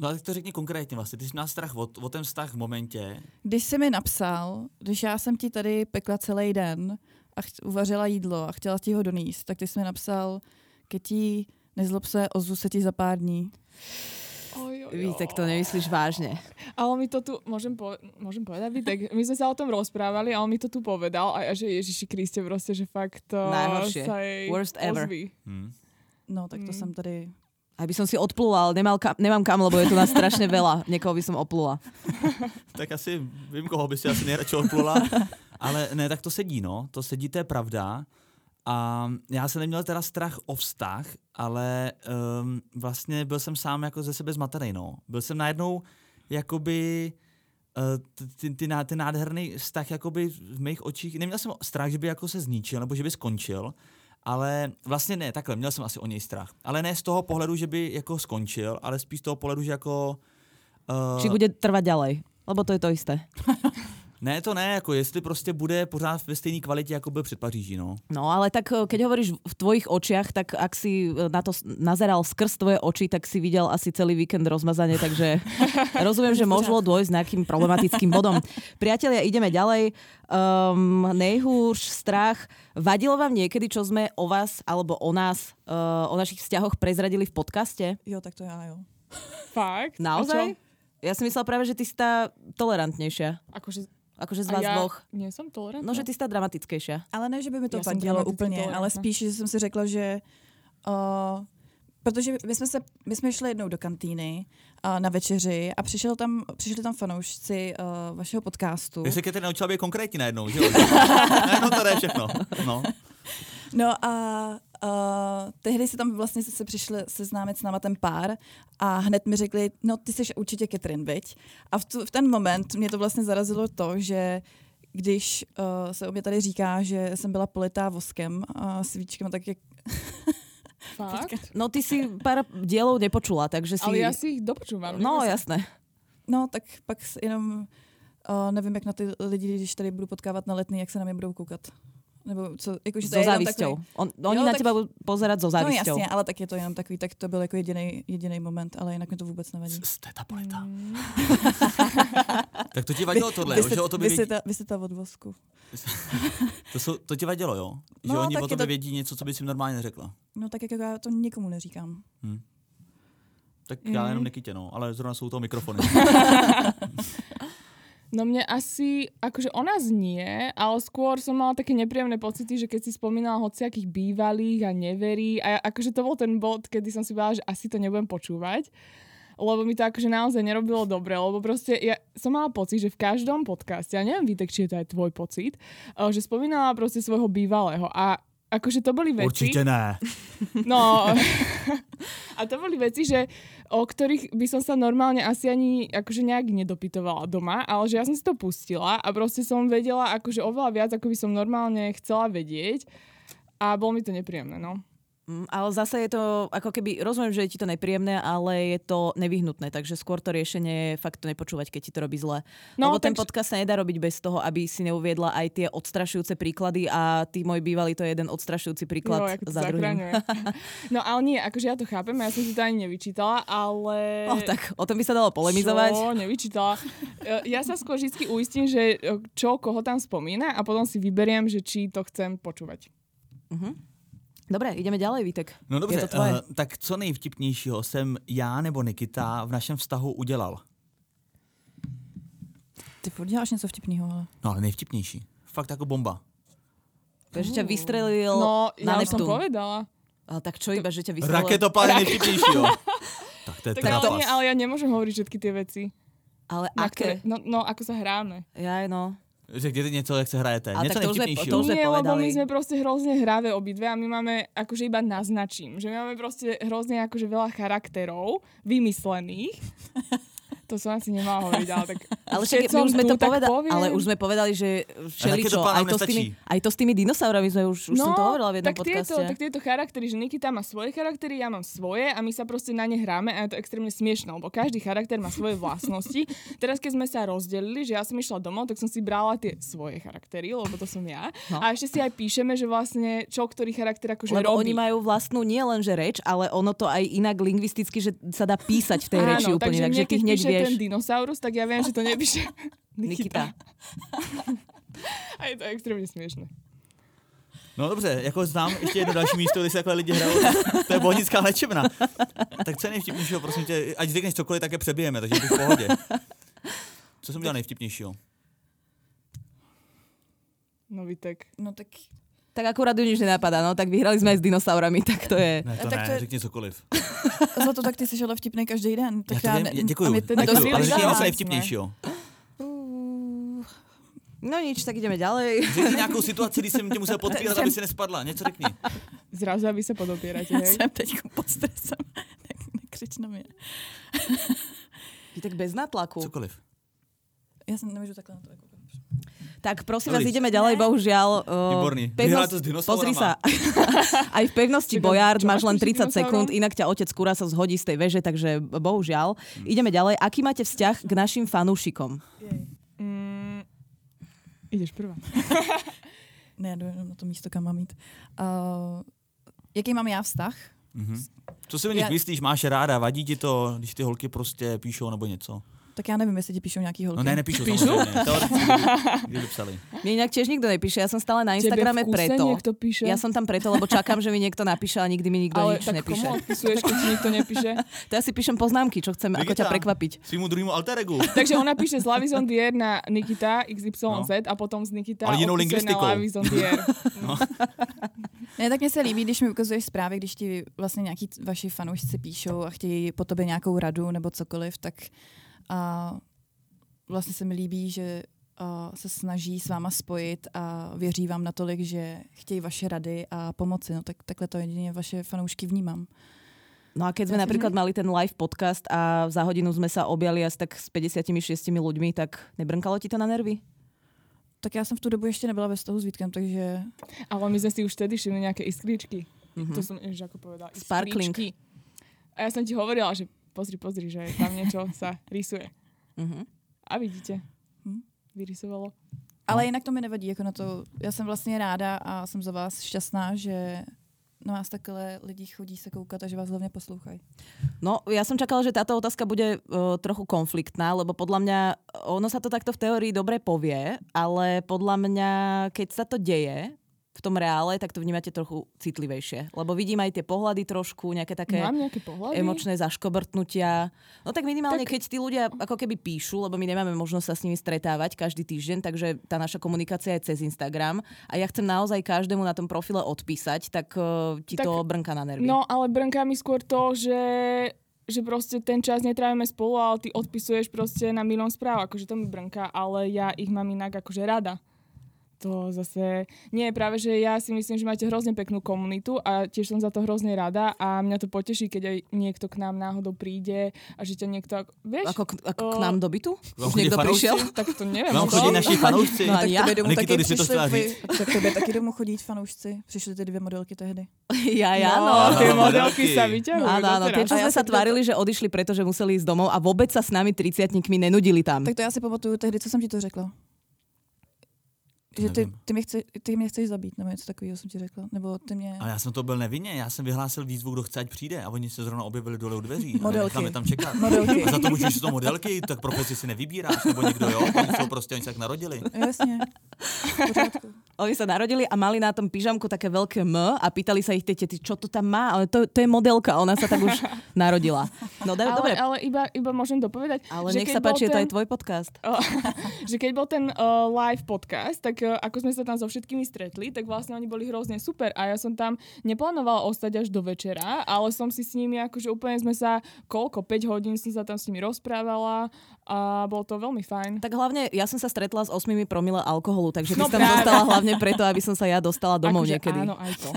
No ale tak to řekni konkrétně vlastně, ty jsi měla strach o, o ten vztah v momentě. Když jsi mi napsal, když já jsem ti tady pekla celý den a ch- uvařila jídlo a chtěla ti ho doníst, tak ty jsi mi napsal, Keti, nezlob se, ozvu se ti za pár dní. Oj, oj, Vítek, to nemyslíš vážne. Ale mi to tu, môžem, po, môžem povedať, Vitek, my sme sa o tom rozprávali a on mi to tu povedal a ja, že Ježiši Kriste proste, že fakt to Najhoršie. sa jej Worst ever. ozví. Hm. No, tak to Mm. mm. jsem tady Aby som si odplula, ale nemal kam, nemám kam, lebo je tu nás strašne veľa. Niekoho by som oplula. Tak asi vím, koho by si asi nejradši odplula. ale ne, tak to sedí, no, to sedí, to je pravda. A já jsem neměl teda strach o vztah, ale um, vlastně byl jsem sám jako ze sebe zmatený, no. Byl jsem najednou jakoby eh, ty, ty, ná- ten nádherný vztah jakoby v mých očích, neměl jsem strach, že by jako se zničil nebo že by skončil, ale vlastně ne, takhle, měl jsem asi o něj strach. Ale ne z toho pohledu, že by jako skončil, ale spíš z toho pohledu, že jako... eh, Či bude trvať ďalej, lebo to je to isté. Ne, to ne, jako jestli prostě bude pořád ve stejné kvalitě, jako byl před Paříží, no. No ale tak e, keď hovoríš v tvojich očiach, tak ak si e, na to s- nazeral skrz tvoje oči, tak si videl asi celý víkend rozmazanie, takže rozumiem, že možno dôjsť k nejakým problematickým bodom. Priatelia, ideme ďalej. Um, nejhúrš, strach. Vadilo vám niekedy, čo sme o vás alebo o nás, uh, o našich vzťahoch prezradili v podcaste? Jo, tak to já, jo. Fakt? A Naozaj? čo? Ja som myslela práve, že ty si tá tolerantnejšia. Akože, Akože z a vás ja dvoch. nie som tolerantná. No, že ty si tá dramatickejšia. Ale ne, že by mi to Já jsem vadilo dramaticky úplně, ale tolerantná. spíš, že jsem si řekla, že... Uh, protože my jsme, se, my jsme šli jednou do kantýny uh, na večeři a přišel tam, přišli tam fanoušci uh, vašeho podcastu. Tak se Kateřina naučila být konkrétní najednou, že jo? najednou to je všechno. No. No a uh, tehdy se tam vlastně se, se přišli seznámit s náma ten pár a hned mi řekli, no ty jsi určitě Katrin, viď? A v, tu, v ten moment mě to vlastně zarazilo to, že když uh, se o mě tady říká, že jsem byla politá voskem a svíčkem, tak jak... Fakt? No, ty si pár dielov nepočula, takže si... Ale ja si ich dopočúvam. No, neviem. jasné. No, tak pak s- jenom uh, nevím, jak na ty lidi, když tady budu potkávat na letný, jak se na mě budou koukat. Nebo co, jako, že to So je jenom závisťou. Takový, On, oni Jo, na tak- teba budú pozerať so no závisťou. jasně, ale tak je to jenom takový, tak to byl jako jediný moment, ale jinak mi to vůbec nevadí. Jste ta polita. Hmm. tak to ti vadilo tohle, vy jo? jste- že o tobě vy jste vědí, ta, vy jste ta od vosku. to, jsou, to ti vadilo, jo? Že No, oni tak o je tobě to- vědí něco, co by si normálně neřekla. No tak jako já to nikomu neříkám. Tak Hmm. já jenom nekytě, no, ale zrovna jsou to mikrofony. No mne asi, akože o nás nie, ale skôr som mala také nepríjemné pocity, že keď si spomínala hociakých bývalých a neverí, a ja, akože to bol ten bod, kedy som si bála, že asi to nebudem počúvať, lebo mi to akože naozaj nerobilo dobre, lebo proste ja som mala pocit, že v každom podcaste, ja neviem Vítek, či je to aj tvoj pocit, eh, že spomínala proste svojho bývalého a akože to boli veci... Určitě ne. No. A to boli veci, že o ktorých by som sa normálne asi ani akože nejak nedopytovala doma, ale že ja som si to pustila a proste som vedela akože oveľa viac, ako by som normálne chcela vedieť a bolo mi to nepríjemné, no. Mm, Ale zase je to, ako keby, rozumiem, že je ti to nepríjemné, ale je to nevyhnutné, takže skôr to riešenie je fakt to nepočúvať, keď ti to robí zle. No, No, Lebo ten takže- podcast sa nedá robiť bez toho, aby si neuviedla aj tie odstrašujúce príklady a ty, môj bývalý, to je jeden odstrašujúci príklad Jo, jo, jak to za druhým. zachraňuje. No ale nie, akože ja to chápem, ja som si to ani nevyčítala, ale... Oh, tak o tom by sa dalo polemizovať. Čo? Nevyčítala. E, Ja sa skôr vždy uistím, že e, čo koho tam spomína a potom si vyberiem, že či to chcem počúvať. Dobre, ideme ďalej, Vítek. No dobře, je to tvoje. eh, tak co nejvtipnějšího jsem já nebo Nikita v našem vztahu udělal? Ty furt děláš něco vtipného, ale... No ale nejvtipnější. Fakt jako bomba. Uh, že ťa vystrelil Mm. No, na ja už som Neptún. povedala. Ale tak čo iba, že ťa vystrelil? Raketopád je nejvtipnější, jo? tak to je Tak ale, nie, trapas. ale ja nemôžem hovoriť všetky tie veci. Ale Na ktoré, aké? no, no, ako sa hráme. Jaj, no. Řekněte něco, jak se hrajete. A něco tak to už je- nejvtipnějšího. to už je Nie, lebo my povedali. sme proste hrozne hravé obidve a my máme, akože iba naznačím, že my máme proste hrozne akože veľa charakterov vymyslených. To som asi nemala hovoriť, ale tak... Ale keď však, my som už sme tu, to tak poveda- poviem. ale už sme povedali, že to všeličo, pánom aj to, s tými, aj to s tými dinosaurami sme už, už som to hovorila v jednom No, tak podcaste. Tieto, tak tieto charaktery, že Nikita má svoje charaktery, ja mám svoje a my sa proste na ne hráme a je to extrémne smiešne, lebo každý charakter má svoje vlastnosti. Teraz, keď sme sa rozdelili, že ja som išla domov, tak som si brala tie svoje charaktery, lebo to som ja. No. No. A ešte si aj píšeme, že vlastne čo ktorý charakter akože Lebo robí. oni majú vlastnú nie len že reč, ale ono to aj inak lingvisticky, že sa dá písať v tej reči Áno, úplne, takže takže mne, ty keď hneď píše vieš. ten dinosaurus, tak ja viem, že to nepíše Nikita. Nikita. A je to extrémne smiešne. No dobře, jako znám ještě jedno další místo, kde se takhle lidi hrajou. To je bohnická léčebna. Tak co je nejvtipnějšího, prosím tě, ať řekneš cokoliv, tak je přebijeme, takže bych v pohodě. Co jsem dělal nejvtipnějšího? No Vitek. No tak... Tak akurát ju nič nenapadá, no tak vyhrali sme aj s dinosaurami, tak to je. Ne, A to ne, tak to je- řekni cokoliv. Za to tak ty jsi ale vtipný každý den. Tak Já to vím, ne- děkuju, a mě děkuju, ty- to ale zvířata řekni něco jsme. nejvtipnějšího. No nič, tak ideme ďalej. Řekni nějakou situaci, kdy jsem tě musel podpírat, aby si nespadla. Něco řekni. Zrazu, aby sa podopierate, Já hej? jsem teď pod stresem. Ne- Nekřič na mě. Ty tak bez nátlaku. Cokoliv. Já jsem nemůžu takhle na to koukat. Tak prosím vás, Dobrý. ideme ďalej, bohužiaľ. Uh, Výborný. Vyhrá to s dinosaurama. pozri sa, aj v pevnosti Čakaj, Bojard čo, máš len 30 akože dinosaurom? sekúnd, inak ťa otec Kura sa zhodí z tej veže, takže bohužiaľ. Mm. Ideme ďalej. Aký máte vzťah k našim fanúšikom? Jej. Mm, ideš prvá. Ne, já jdu jenom na to místo, kam mám jít. Uh, jaký mám já vztah? Mhm. Co si o nich Já- myslíš? Máš je ráda? Vadí ti to, když ty holky prostě píšou nebo něco? Tak já nevím, jestli ti píšou nějaký holky. No ne, nepíšou samozřejmě. Teoreticky, kdyby- kdyby psali. Mne inak tiež nikto nepíše, ja som stále na Tebe Instagrame v kuse preto. niekto píše? Ja som tam preto, lebo čakám, že mi niekto napíše a nikdy mi nikto Ale nič tak nepíše. komu odpisuješ, keď ti nikto nepíše? To ja si píšem poznámky, čo chcem, ako ťa Digitál. prekvapiť. Svýmu druhému alteregu. Takže ona píše z Lavizon Dier na Nikita XYZ No. a potom z Nikita Ale jinou odpisuje na lingvistikou. Lavizon Dier. Ne, tak mně se líbí, když mi ukazuješ zprávy, když ti vlastně nějaký t- vaši fanoušci píšou a chtějí po tobě nějakou radu nebo cokoliv, tak a vlastně se mi líbí, že a se snaží s váma spojit a věří vám natolik, že chtějí vaše rady a pomoci. No tak, takhle to jedině vaše fanoušky vnímám. No a keď sme napríklad mali ten live podcast a za hodinu sme sa objali asi tak s 56 ľuďmi, tak nebrnkalo ti to na nervy? Tak já jsem v tu dobu ještě nebyla ve vztahu s Vítkem, takže Ale my sme si už vtedy všimli nejaké iskričky. To Mhm. som už ako povedala. Mhm. Sparkling. Iskričky. A ja som ti hovorila, že pozri, pozri, že tam niečo sa rysuje. Mhm. A vidíte, Hm. vyrysovalo. No. Ale jinak to mi nevadí, jako na to, já jsem vlastně ráda a jsem za vás šťastná, že na vás takhle lidi chodí se koukat a že vás hlavně poslouchají. No, ja som čakala, že táto otázka bude uh, trochu konfliktná, lebo podľa mňa e, ono sa to takto v teórii dobre povie, ale podľa mňa, keď sa to deje v tom reále, tak to vnímate trochu citlivejšie. Lebo vidím aj tie pohľady trošku, nejaké také... Mám nejaké pohľady? emočné zaškobrtnutia. No tak minimálne, Tak- tak... keď tí ľudia ako keby píšu, lebo my nemáme možnosť sa s nimi stretávať každý týždeň, takže tá naša komunikácia je cez Instagram a ja chcem naozaj každému na tom profile odpísať, tak uh, ti Tak- tak... to brnka na nervy. No, ale brnká mi skôr to, že že proste ten čas netrávime spolu, ale ty odpisuješ proste na milión správ, akože to mi brnká, ale ja ich mám inak akože rada. To zase... Nie, práve, že ja si myslím, že máte hrozne peknú komunitu a tiež som za to hrozne rada a mňa to poteší, keď aj niekto k nám náhodou príde a že ťa niekto... ak- Vieš? Ako, k- ako k o- nám do bytu? Vám Už chodí niekto fanúšci? prišiel? Tak to neviem. no no. Vám to- No, chodí naši fanoušci. No a ja? domů Nikdy taky to, když si to přišli chtěla tvoji- říct. tak tobě taky domů chodí fanoušci. Přišly ty dvě modelky tehdy. Ja, ja, no, no. tie Áno, modelky modelky. sa vyťahujú. Áno, áno, doteraz. tie, čo A ja sme sa som tvárili, že odišli, pretože museli ísť domov a vôbec sa s nami 30-tníkmi nenudili tam. Tak to já si pamatuju tehdy, co jsem ti to řekla. Že ty, Nevím. ty, mě chce, ty mě chceš zabít, nebo něco takového jsem ti řekla. Nebo ty mě... Ale já jsem to byl nevinně, já jsem vyhlásil výzvu, kdo chce, ať přijde a oni se zrovna objevili dole u dveří. A Modelky. necháme tam čekat. Modelky. A za to můžu, že jsou to modelky, tak profesi si nevybíráš, nebo někdo jo, oni jsou prostě, oni se tak narodili. Jo, Jasně. V pořádku. Oni sa narodili a mali na tom pyžamku také veľké M a pýtali sa ich tie tety, čo to tam má, ale to, to je modelka, ona sa tak už narodila. No da, ale, dobre, ale iba, iba môžem dopovedať. ale že nech keď sa bol páči, je to ten- aj tvoj podcast. že keď bol ten uh, live podcast, tak uh, ako sme sa tam so všetkými stretli, tak vlastne oni boli hrozne super a ja som tam neplánovala ostať až do večera, ale som si s nimi akože úplne sme sa koľko, 5 hodín som sa tam s nimi rozprávala a bolo to veľmi fajn. Tak hlavne, ja som sa stretla s 8 promile alkoholu, takže No no, tam práve. zostala hlavne preto, aby som sa ja dostala domov akože, niekedy. Áno, aj to.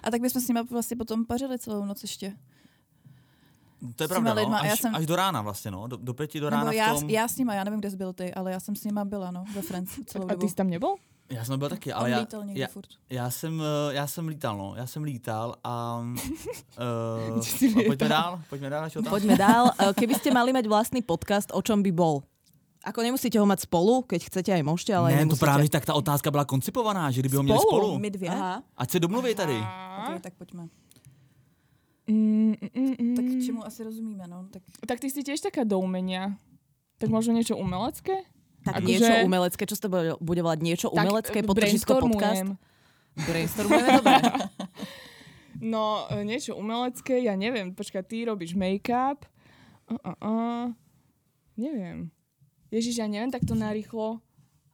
A tak bychom s nimi vlastně potom pařili celou noc ještě. To je S těma pravda, no. lidma, já až, jsem- až, do rána vlastně, no. Do, do pěti do rána Nebo v já, tom. já s nima, já nevím, kde jsi byl ty, ale já jsem s nima byla, no, ve Friends celou A ty dobu. si tam nebol? Já jsem byl taky, ale Ale já, On lítal někde já, furt. já, jsem, eh, já jsem lítal, no. Já jsem lítal a... Uh, Ty jsi a pojďme lítal. dál, pojďme dál, No. naši otázka. Poďme dál. E, Keby ste mali mať vlastný podcast, o čom by bol? Ako nemusíte ho mať spolu, keď chcete aj môžete, ale aj Ne, to nemusíte. právě tak ta otázka byla koncipovaná, že kdyby ho měli spolu. My dvě? Aha. Ať se domluví tady. A... Okay, tak pojďme. Mm, mm, mm. Tak čemu asi rozumíme, no? Tak tak ty si tiež taká do umenia. Tak možno niečo umelecké? Tak Akože- niečo umelecké, čo sa to bude- bude volať? Niečo umelecké, tak, e, podtržisko podcast? brainstormujem. Brainstormujeme, dobre. No, e, niečo umelecké, ja neviem. Počkaj, ty robíš make-up. Uh, uh, uh. Neviem. Ježiš, ja neviem takto narýchlo.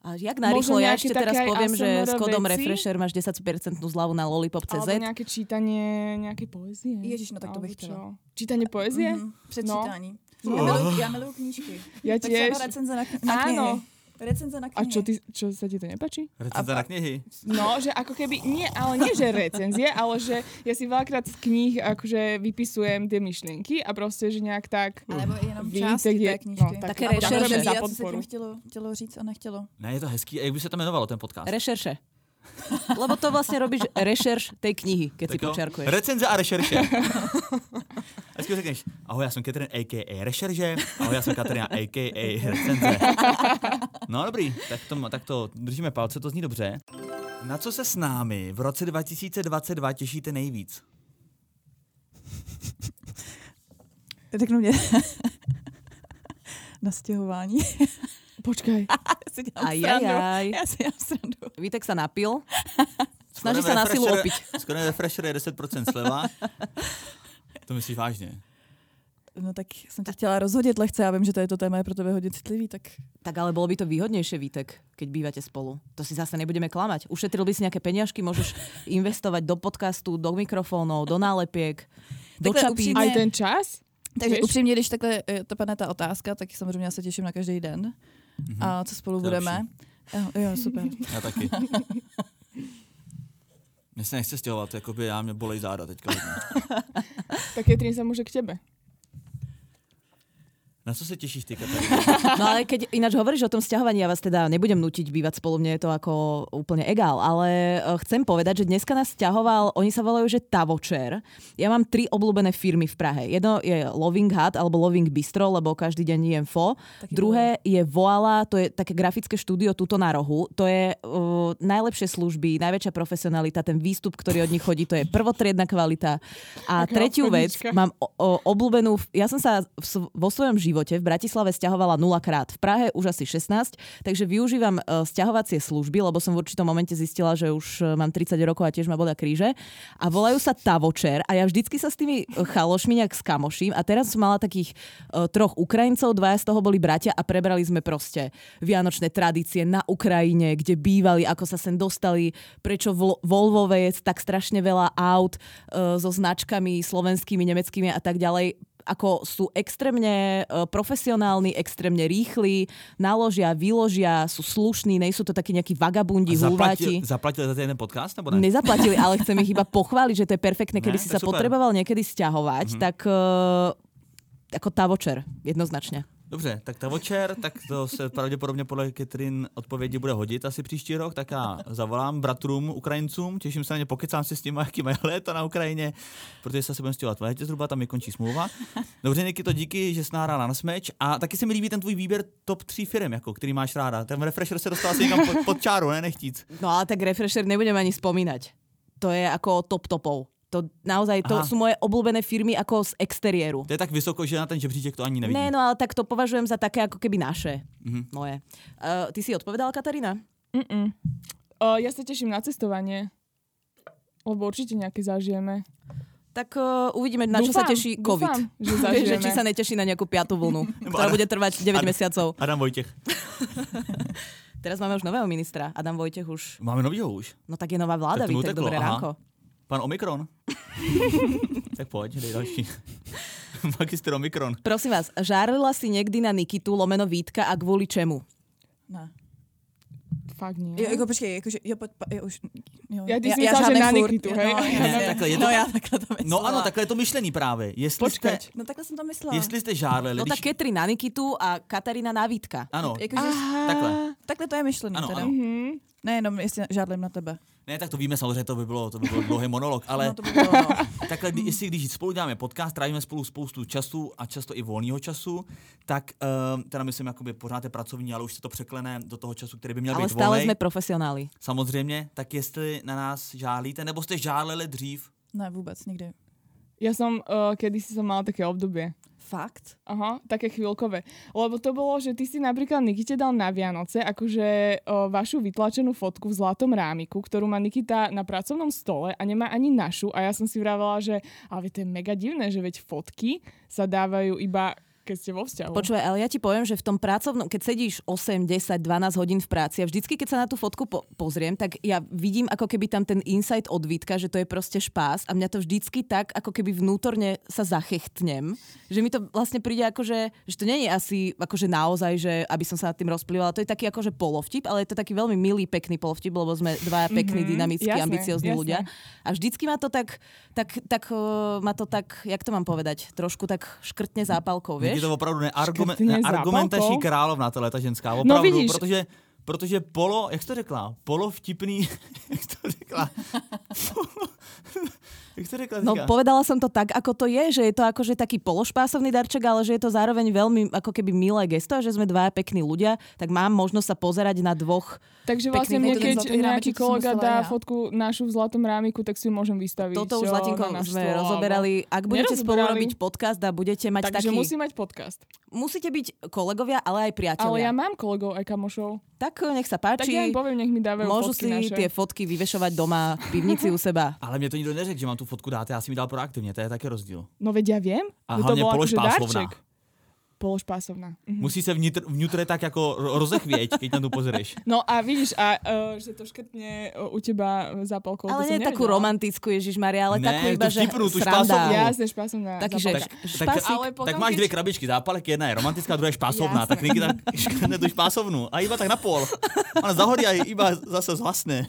A jak narýchlo, Možno ja ešte nejaké teraz také aj poviem, že ASMR s kódom veci? Refresher máš 10% zľavu na Lollipop.cz. Alebo nejaké čítanie nejakej poezie. Ježiš, no tak to Alebo bych čo? chtěla. Čítanie poezie? Mhm, Předčítání. Já, miluju, já miluju knížky. Ja Tak jsem tiež. recenze na, na knihy. Áno. Recenze na A knihy. čo, ty, čo sa ti to nepačí? Recenze na knihy. No, že ako keby, nie, ale nie, že recenzie, ale že ja si veľakrát z kníh akože vypisujem tie myšlienky a proste, že nejak tak... Alebo jenom Ví, části tak je- té knížky. no, tak Také a rešerše. potřebujeme Za vědět, co se podporu. tím chtělo, chtělo říct a nechtělo. Ne, je to hezký. A jak by se to jmenovalo, ten podcast? Rešerše. Lebo to vlastne robíš rešerš tej knihy, keď si jo. počiarkuješ. Recenze a rešerše. Hezky řekneš, ahoj, já jsem Katrin, a.k.a. rešerže, ahoj, já jsem Katrina, a.k.a. recenze. No dobrý, tak to, tak to držíme palce, to zní dobře. Na co se s námi v roce 2022 těšíte nejvíc? Řeknu mě. na stěhování. Počkaj, Já si dělám srandu. Ajajaj. Já si dělám srandu. Vitek sa napil. Snaží sa Skoro na silu refresher- opiť. Skoro refresher je 10% sleva. To myslíš vážně? No tak jsem tě chtěla rozhodit lehce, já vím, že to je to téma je pro tebe hodně citlivý, tak Tak ale bolo by to výhodnejšie, Vitek, keď bývate spolu. To si zase nebudeme klamať. Ušetril by si nejaké peniažky, môžeš investovať do podcastu, do mikrofónov, do nálepiek, do Takhle čapí. upřímne- aj Ne. ten čas? Takže Víš? upřímně, když takhle eh, to padne ta otázka, tak samozřejmě já se těším na každý den. Mm-hmm. A co spolu Mhm. To je budeme? Jo, jo, super. Já taky. Mně se nechce stěhovat, jakoby já mě bolej záda teďka. hodně. Tak Katrin sa môže k tebe. Na co se těšíš ty, Katarina? No ale keď ináč hovoríš o tom sťahovaní, ja vás teda nebudem nutiť bývať spolu, mne je to ako úplne egál, ale eh, chcem povedať, že dneska nás sťahoval, oni sa volajú, že Tavočer. Ja mám tri obľúbené firmy v Prahe. Jedno je Loving Hut alebo Loving Bistro, lebo každý deň jem fo. Taký Druhé je Voala, to je také grafické štúdio tuto na rohu. To je uh, najlepšie služby, najväčšia profesionalita, ten výstup, ktorý od nich chodí, to je prvotriedna kvalita. A Taká tretiu vec, obchodníčka. mám o, o, obľúbenú, ja som sa v, sv- vo svojom živote v Bratislave stiahovala 0 krát, v Prahe už asi 16, takže využívam uh, stiahovacie služby, lebo som v určitom momente zistila, že už eh, mám 30 rokov a tiež ma bolia kríže. A volajú sa Tavočer a ja vždycky sa s tými eh, chalošmi nejak skamoším a teraz som mala takých eh, troch Ukrajincov, dvaja z toho boli bratia a prebrali sme proste vianočné tradície na Ukrajine, kde bývali, ako sa sem dostali, prečo vo Volvove je tak strašne veľa aut e, so značkami slovenskými, nemeckými a tak ďalej ako sú extrémne e, profesionálni, extrémne rýchli, naložia, vyložia, sú slušní, nejsú to takí nejakí vagabundi, hulváti. zaplatil, zaplatil za ten podcast, nebo ne? Nezaplatili, ale chcem ich iba pochváliť, že to je perfektné, keby Ne, si sa to je super. Mhm. potreboval niekedy stiahovať, tak uh, ako tavočer, jednoznačne. Dobře, tak ta večer, tak to se pravděpodobně podle Katrin odpovědi bude hodit asi příští rok, tak já zavolám bratrům Ukrajincům, těším se na ně, pokecám se s nimi, jaký mají léta na Ukrajině, protože se asi budeme stěhovat v létě zhruba, tam mi končí smlouva. Dobře, Nikito, díky, že jsi nahrála na smeč a taky se mi líbí ten tvůj výběr top 3 firm, jako, který máš ráda. Ten refresher se dostal asi někam pod, pod čáru, ne, nechtíc. No ale tak Refresher nebudem ani spomínať. To je ako top topov. To naozaj, to Aha. sú moje obľúbené firmy ako z exteriéru. To je tak vysoko, že na ten žebříček to ani nevidí. Ne, no ale tak to považujem za také ako keby naše. Mhm. Moje. Uh, ty si odpovedala, Katarína? Mm-mm. O, ja sa teším na cestovanie, lebo určite nejaké zažijeme. Tak uh, uvidíme, na čo sa Dúfam, teší dúfam, COVID. že Vieš, že zažijeme. či sa neteší na nejakú piatú vlnu, ktorá bude trvať 9 Adam- mesiacov. Adam Vojtěch. Teraz máme už nového ministra. Adam Vojtech už... Máme novýho už. No tak je nová vláda, Tak to mu Vítek, uteklo, dobré aha. ránko. Pan Omikron. tak pojď, dej další. Magister Omikron. Prosím vás, žárila si niekdy na Nikitu lomeno Vítka a kvôli čemu? Ne. Fakt nie. Jo, jako počkej, jakože, jo, pojď, pa- jo, už, jo. Já když si myslela, že žádnej na furt, Nikitu, jo, hej? No, Ne, jasně. takhle je to- no, já takhle to myslela. No ano, takhle je to myšlený právě. Jestli Počkať. jste, No takhle jsem to myslela. jestli jste žárlili, No když... tak Ketri na Nikitu a Katarína na Vítka. Ano, Jakože, takhle. takhle to je myšlený Ano, ano, teda. ano. Ano. Nejenom, jestli žádlím na tebe. Ne, tak to víme samozřejmě, to by bylo, to by bylo dlouhý monolog, ale No to by bylo, no. takhle, kdy- jestli když spolu děláme podcast, trávíme spolu spoustu času a často i volného času, tak ehm, teda myslím, jakoby pořád je pracovní, ale už se to překlene do toho času, který by měl Ale být stále volnej, sme profesionáli. samozřejmě, tak jestli na nás žálíte, nebo jste žárlili dřív, Ne, vůbec, nikdy. Ja som, uh, kedysi som mala také obdobie. Fakt? Aha, také chvíľkové. Lebo to bolo, že ty si napríklad Nikite dal na Vianoce akože o, vašu vytlačenú fotku v zlatom rámiku, ktorú má Nikita na pracovnom stole a nemá ani našu. A ja som si vravela, že ale to je mega divné, že veď fotky sa dávajú iba keď ste vo vzťahu. Počúvaj, ale ja ti poviem, že v tom pracovnom, keď sedíš 8, 10, 12 hodín v práci a vždycky, keď sa na tú fotku po- pozriem, tak ja vidím ako keby tam ten insight od Vítka, že to je proste špás a mňa to vždycky tak ako keby vnútorne sa zachechtnem, že mi to vlastne príde ako, že, že to nie je asi akože naozaj, že aby som sa nad tým rozplývala, to je taký akože polovtip, ale je to taký veľmi milý, pekný polovtip, lebo sme dva pekní, Mhm, dynamickí, jasné, ambiciozní jasné. ľudia. A vždycky ma to tak, tak, tak, eh, ma to tak, jak to mám povedať, trošku tak škrtne No zápalkou, Vieš? vieš? to opravdu ne, argumen, Škrtně ne, za argumentaší palkou. královna, tahle ta ženská. Opravdu, No vidíš. Protože, protože polo, jak jsi to řekla, polo vtipný, jak jsi to řekla, polo, jak jsi to řekla No teďka? povedala som to tak, ako to je, že je to akože taký pološpásovný darček, ale že je to zároveň veľmi ako keby milé gesto a že sme dva pekní ľudia, tak mám možnosť sa pozerať na dvoch. Takže Pekný vlastne ten mne, zlatý keď rámeček, nejaký to som kolega myslela dá ja. fotku našu v zlatom rámiku, tak si ju môžem vystaviť. Toto už o, s Latinkou na náš sme stôl, alebo- rozoberali. Ak budete spolu Nerozoberali. robiť podcast a budete mať Takže taký... musí mať podcast. Musíte byť kolegovia, ale aj priatelia. Ale ja mám kolegov aj kamošov. Tak eh, nech sa Tak ja páči. im poviem, nech mi dávajú Môžu fotky si naše. tie fotky vyvešovať doma v pivnici u seba. Ale mě to nikdo neřekl, že mám tu fotku dát, já jsem ji dal proaktivně, to je taky rozdíl. No veď ja viem. A že to hlavne bol akože pološpáslovná. darček. Pološpásovná. Mhm. Musí se vnitr, vnitr tak jako ro- rozechvěť, keď na tu pozereš. No a vidíš, a, uh, že to škrtne eh, u teba zápalkou. Ale to som nie takú nevedela. romantickú, Ježiš Maria, ale Ne, takú tú iba, že vtipnú, tú špásovnú. sranda. Jasne, špásovná Taký, že zápalka. špásik. Ale potom, tak máš keď- dvě krabičky zápalek, jedna je romantická, druhá je špásovná, tak Niky tak škrtne tu špásovnu a iba tak napol. Ona zahorí a iba zase zhasne.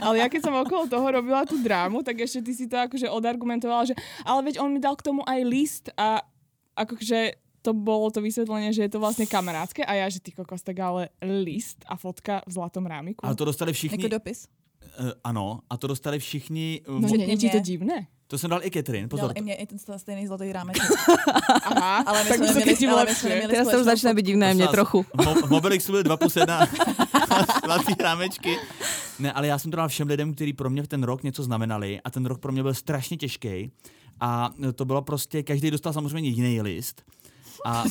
Ale ja keď som okolo toho robila tú drámu, tak ešte ty si to akože odargumentovala, že ale veď on mi dal k tomu aj list a akože to bolo to vysvetlenie, že je to vlastne kamarátske a ja, že ty kokos, tak ale list a fotka v zlatom rámiku. Ale to dostali Jako všichni, dopis? eh, ano, a to dostali všichni, eh, No, mo- nie, nie, ti to nie. divné? to jsem dal i Katrin, Pozor. pozor, Dal i mě i ten stejný zlatý rámeček. Aha, Ale my tak sme by sa neměli- to tým ale my lepšie. sme neměli- Teraz to už spoločnú začne byť divné Prosím mne vás, trochu. v Mo- v Mobilixu byly 2 plus 1 zlatý rámečky. Ne, ale já jsem to dal všem lidem, kteří pro mě v ten rok něco znamenali a ten rok pro mě byl strašně těžký. A to bylo prostě, každý dostal samozřejmě jiný list. A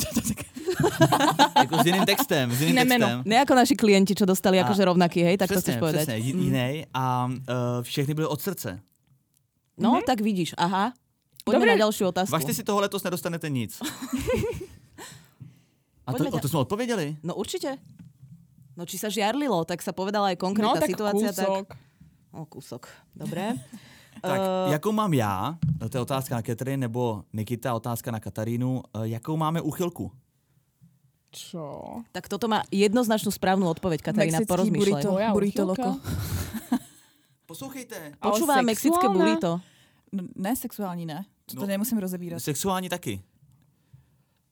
jako s jiným textem, s jiným Jiné jméno. textem. Ne ako naši klienti, čo dostali A- akože rovnaký, hej, tak to chceš Mm. přesně, povedať. přesně, jiný. A uh, všechny byly od srdce. No, tak vidíš, aha. Poďme Dobre. na ďalšiu otázku. Važte Mhm. si toho letos nedostanete nic. A to, Pojďme o dál. to jsme odpověděli. No určite. No či sa žiarlilo, tak sa povedala aj No, konkrétna tak situácia. kúsok. Tak... O, kúsok. Dobre. Tak, Eh, jakou mám já, Eh, to je otázka na Katrin nebo Nikita, otázka na Katarínu, eh, jakou máme uchylku? Čo? tak toto má jednoznačnú správnu odpoveď, Katarína, Mexický porozmýšľaj. burrito. Tvoja Burrito uchylka? loko. Poslouchejte. Počúva Ale sexuálna. mexické burrito. No, ne, sexuální ne. To, to No. nemusím rozebírat. Sexuální taky.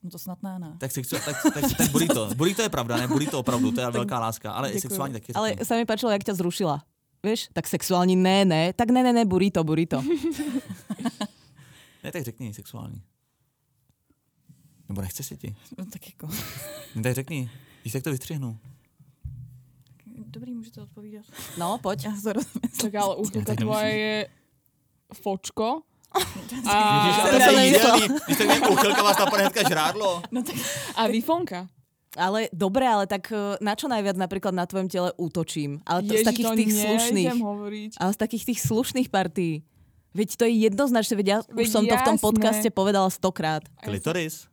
No to snad ne, ne. Tak, sexu, tak, tak, tak burrito. Burrito je pravda, ne? Burrito opravdu, to je velká láska, ale i děkuju. sexuální taky. Ale řeknu. sa mi páčilo, jak ťa zrušila. Vieš, tak sexuálne ne, ne, tak ne, ne, ne, burrito, burrito. Ne, tak řekni sexuální. Nebo nechce si ti. No, tak jako. Ne, tak řekni. Víš, jak to vystřihnu. Dobrý, můžete odpovídat. No, poď. Já se to rozmyslím. Tak ale uchylka Ja tak nemusím. tvoja je fočko. A, Ježiš, to je jsem nemyslela. jídelný. Když tak mě uchylka vás napadne hnedka žrádlo. No tak a výfonka. Ale dobre, ale tak eh, na čo najviac napríklad na tvojom tele útočím? Ale to, z Ježiš, takých to tých nejdem slušných. hovoriť. Ale z takých tých slušných partí. Veď to je jednoznačné, veď ja už Veď som to v tom jasné. podcaste povedala stokrát. Klitoris.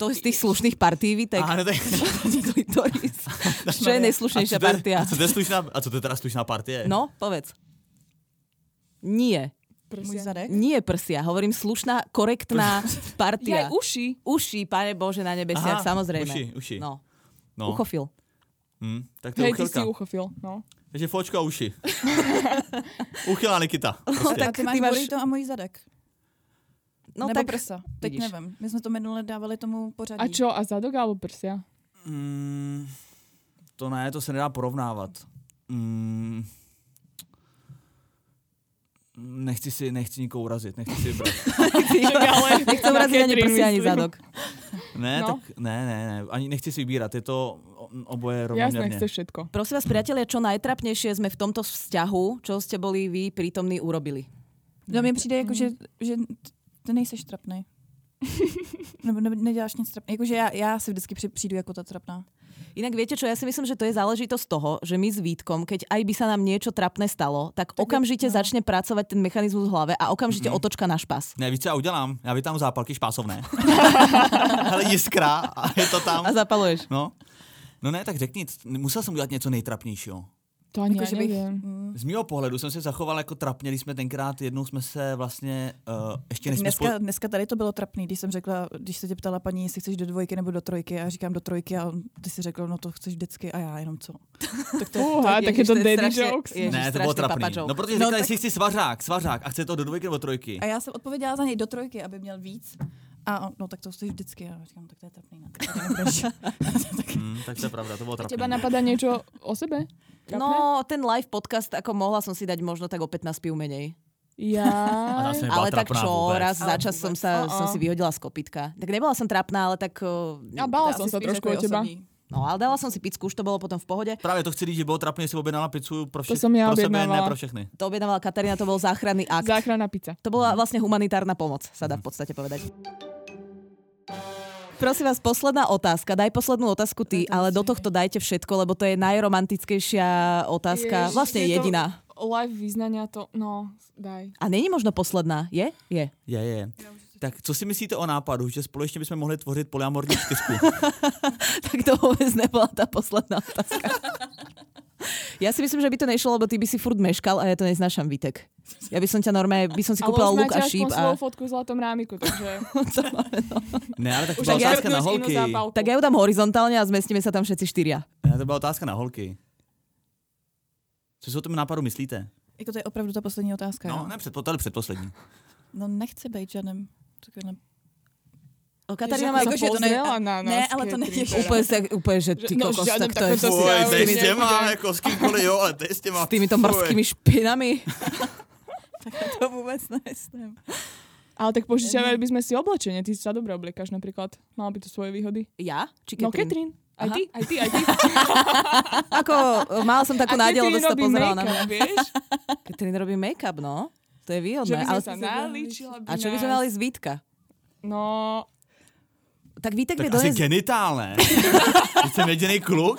To z tých slušných partí, Vitek. Aha, no tak... Klitoris. Čo je A najslušnejšia co to je- partia? A co to je slušná, a co to je teda slušná partie? No, povedz. Nie. můj E? zadek. Nie prsia. Hovorím slušná, korektná Ja partia. aj uši. Uši, pane Bože, na nebesiach, Aha, samozrejme. uši, uši. No. no. Uchofil. Hm, tak to je Hej, ty uchylka. si uchofil. No. Takže fočko a uši. Uchylá Nikita. Prostě. tak a ty máš ty máš- burrito a můj zadek. No Nebo tak, prsa. Teď vidíš. nevím. My jsme to minule dávali tomu pořadí. A čo, a zadok alebo prsia? Mm, to ne, to se nedá porovnávat. Mm, nechci si, nechci nikoho urazit, nechci si vybrat. ale nechcem uraziť ani Katrin, prsia, ani myslím. zadok. Ne, No. no. tak ne, ne, ne, ani nechci si vybírat, je to o- oboje Jasné, rovnoměrně. chceš všetko. Prosím vás, priatelia, čo najtrapnejšie sme v tomto vzťahu, čo ste boli vy prítomní, urobili? No, No mi přijde jako, že, že ty nejseš trapnej. Nebo ne, neděláš nic trapného. Jakože já, já si vždycky při- přijdu jako ta trapná. Inak viete čo, ja si myslím, že to je záležitosť toho, že my s Vítkom, keď aj by sa nám niečo trapné stalo, tak okamžite začne pracovať ten mechanizmus v hlave a okamžite otočka na špas. Ne, víš, co já udělám? Já vytáhnu zápalky špásovné. Hele, jiskra a je to tam. A zapaluješ. No. No ne, tak řekni, c- musel jsem udělat něco nejtrapnějšího. Akože To ani Jakože ja bych... neviem. Mm. Z mého pohledu jsem se zachoval jako trapně, když jsme tenkrát, jednou jsme se vlastně, uh, ještě než jsme spolu... Dneska, dneska tady to bylo trapný, když jsem řekla, když se tě ptala paní, jestli chceš do dvojky nebo do trojky a říkám do trojky a ty si řekl, no to chceš vždycky a já jenom co. Tak to, Fúha, takéto je daddy strašně- jokes. ježiš, ne, to strašný bylo papa trapný. joke. No, protože No, říkali, tak- jestli chci svařák, svařák a chce to do dvojky nebo trojky. A já jsem odpověděla za něj do trojky, aby měl víc. A on, no tak to chceš vždycky. A říkám, "No, tak to je trapný. Ne? Tak to nebudeš. tak, Hmm, tak to je pravda, to bylo trapné. Teba napadá niečo o sebe? Trapné? No, ten live podcast, ako mohla som si dať možno tak o 15 piv menej. Ja... A zase- Nebola Ale tak trapná čo, vôbec. raz za Ale čas som, vôbec. sa, Uh-uh. som si vyhodila z kopytka. Tak nebola som trapná, ale tak... uh, A bála som sa trošku o teba. No, ale dala som si picku, už to bolo potom v pohode. Právě to chci říct, že bylo trapně, že si objednala pizzu pro, všech, jsem já pro sebe, ne objednávala. pro všechny. To objednávala Katarína, to bol záchranný akt. Záchrana pizza. To bola vlastne humanitárna pomoc, sa dá v podstate povedať. Prosím vás, posledná otázka. Daj poslednú otázku ty, ale do tohto dajte všetko, lebo to je najromantickejšia otázka, Ježiš, vlastne je to- jediná. Live význania to, no, daj. A není možno posledná, je? Je. Je, je, je. Tak co si myslíte o nápadu, že společně bychom mohli tvořit polyamorní čtyřku? Tak to vôbec nebola tá posledná otázka. Ja si myslím, že by to nešlo, lebo ty by si furt meškal a ja to neznášam, Vitek. Ja by som ťa normálne, by som si kúpila Ale luk uznáte a aspoň šíp a... svoju fotku v zlatom rámiku, takže... To máme, no. ne, ale tak to Už byla tak ja otázka na inú holky. zápalku. Tak ja ju dám horizontálne a zmestíme sa tam všetci štyria. Ne, to byla otázka na holky. Co si o tom nápadu myslíte? Jako to je opravdu ta poslední otázka. No, No, ne, předpo, tady předposlední. no nechci být žádným. takovýmhle- O, Katarína akože má Ježiš, Jakože to ne- pozrela na nás, ne, ale to Katrin, není- teda. Úplne, sa, úplne že ty Že- no, kokos, žiadne tak to je takéto fú, Fuj, si- s, to je tými, s tým- jako s kýmkoliv, jo, ale to je s těma. s týmito mrzkými špinami. To vůbec nejsem. Ale tak požičiavali by sme si oblečenie, ty sa dobre obliekaš napríklad. Mala by to svoje výhody. Ja? Či No Katrin? Katrin, aj Aha. ty, aj ty, aj ty. Ako, mala som takú nádej, lebo sa robí pozerala na mňa. make-up, vieš? Katrin robí make-up, no. To je Že výhodné. by Ale, sme sa nalíčila by a čo by sme nás. mali z Vítka? No, Tak Vítek vie Tak asi doniesť... genitál, ne? Teď jsem jediný kluk.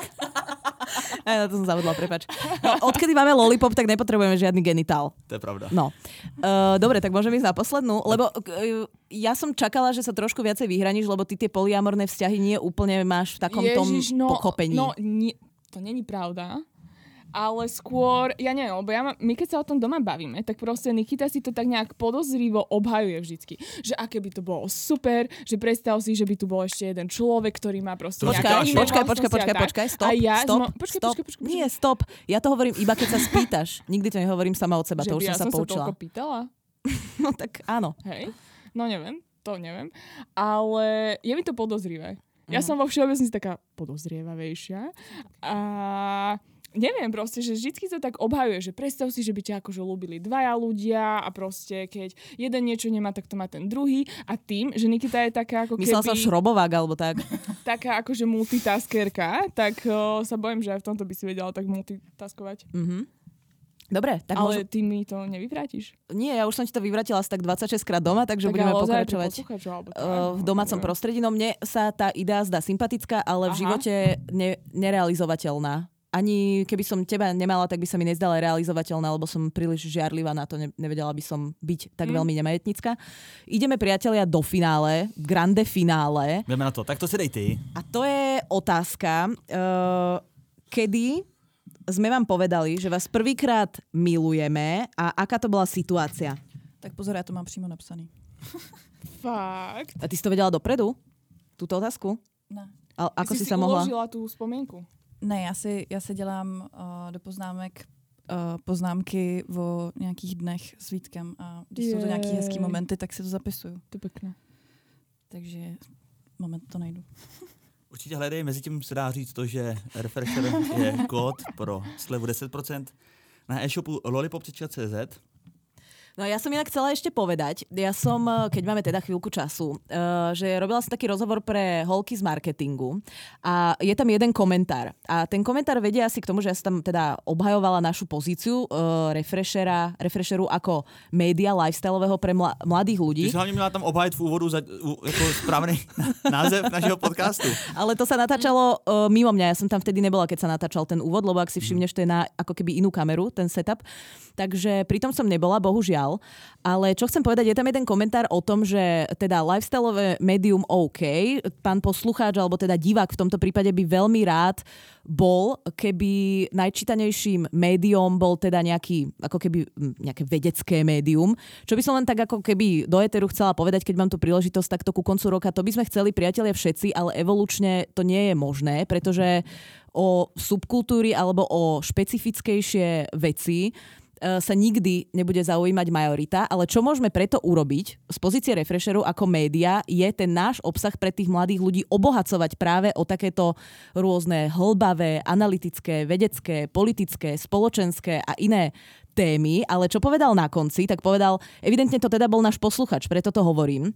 Aj na to som zavodla, prepač. No, odkedy máme lollipop, tak nepotrebujeme žiadny genitál. To je pravda. No. Uh, dobre, tak môžem ísť na poslednú, lebo uh, ja som čakala, že sa trošku viacej vyhraníš, lebo ty tie poliamorné vzťahy nie úplne máš v takom Ježiš, tom no, pochopení. No, nie, to není pravda. Ale skôr, ja neviem, lebo ja ma, my keď sa o tom doma bavíme, tak proste Nikita si to tak nejak podozrivo obhajuje vždycky. Že aké by to bolo super, že predstav si, že by tu bol ešte jeden človek, ktorý má proste To nejaké říkáš, Počkaj, iné počkaj, vlastnosti počkaj, a počkaj, tak. počkaj, stop, A ja, stop, mo- počkaj, stop. počkaj, počkaj, počkaj. Nie, stop. Ja to hovorím iba, keď sa spýtaš. Nikdy to nehovorím sama od seba, že to už by ja som sa som sa poučila. toľko pýtala. No tak áno. Hej? No neviem, to neviem. Ale je mi to podozrivé. Mhm. Ja som vo všeobecnosti taká podozrievavejšia. A neviem proste, že vždycky to tak obhajuje, že predstav si, že by ťa akože ľúbili dvaja ľudia a proste keď jeden niečo nemá, tak to má ten druhý. A tým, že Nikita je taká ako Myslela keby, som šrobovák alebo tak. taká akože multitaskerka, tak o, sa bojím, že aj v tomto by si vedela tak multitaskovať. Mhm. Dobre, tak môžu... Ale ty mi to nevyvrátiš. Nie, ja už som ti to vyvratila asi tak 26 krát doma, takže budeme ale ozaj pre pokračovať. poslucháčov, alebo to- eh, v domácom neviem. prostredí. No mne sa tá idea zdá sympatická, ale v Aha. živote ne, nerealizovateľná. Ani keby som teba nemala, tak by sa mi nezdala realizovateľná, lebo som príliš žiarlivá na to, ne, nevedela by som byť tak Mhm. veľmi nemajetnická. Ideme, priatelia, do finále, grande finále. Jdeme na to. Tak to si dej ty. A to je otázka, eh, kedy sme vám povedali, že vás prvýkrát milujeme a aká to bola situácia? Tak pozor, já to mám přímo napsaný. Fakt. A ty si to vedela dopredu? Túto otázku? Ne. A ako si, si si sa mohla? uložila tú spomienku. Ne, já si, já si dělám uh, do poznámek uh, poznámky o nějakých dnech s Vítkem a když jsou to nějaký hezký Jej. momenty, tak si to zapisuju. To pekné. Takže moment to najdu. Určitě hledej, mezi tím se dá říct to, že Refresher je kód pro slevu 10% na e-shopu lollipop.cz. No ja som inak chcela ešte povedať, ja som, eh, keď máme teda chvíľku času, eh, že robila som taký rozhovor pre holky z marketingu a je tam jeden komentár. A ten komentár vedia asi k tomu, že ja som tam teda obhajovala našu pozíciu eh, refreshera, refresheru ako média lifestyleového pre mla- mladých ľudí. Ty jsi hlavně měla tam obhájit v úvodu za, u, jako správný na- název našeho podcastu. Ale to sa natáčalo uh, mimo mňa. Ja som tam vtedy nebola, keď sa natáčal ten úvod, lebo ak si všimneš, to je na ako keby inú kameru, ten setup. Takže pritom som nebola, bohužiaľ. Ale čo chcem povedať, je tam jeden komentár o tom, že teda lifestyleové médium OK, pán poslucháč alebo teda divák v tomto prípade by veľmi rád bol, keby najčítanejším médium bol teda nejaký, ako keby mm, nejaké vedecké médium. Čo by som len tak ako keby do eteru chcela povedať, keď mám tu príležitosť takto ku koncu roka, to by sme chceli priatelia všetci, ale evolučne to nie je možné, pretože o subkultúry alebo o špecifickejšie veci e, sa nikdy nebude zaujímať majorita, ale čo môžeme preto urobiť z pozície refresherov ako média, je ten náš obsah pre tých mladých ľudí obohacovať práve o takéto rôzne hlbavé, analytické, vedecké, politické, spoločenské a iné témy, ale čo povedal na konci, tak povedal, evidentne to teda bol náš posluchač, preto to hovorím, um,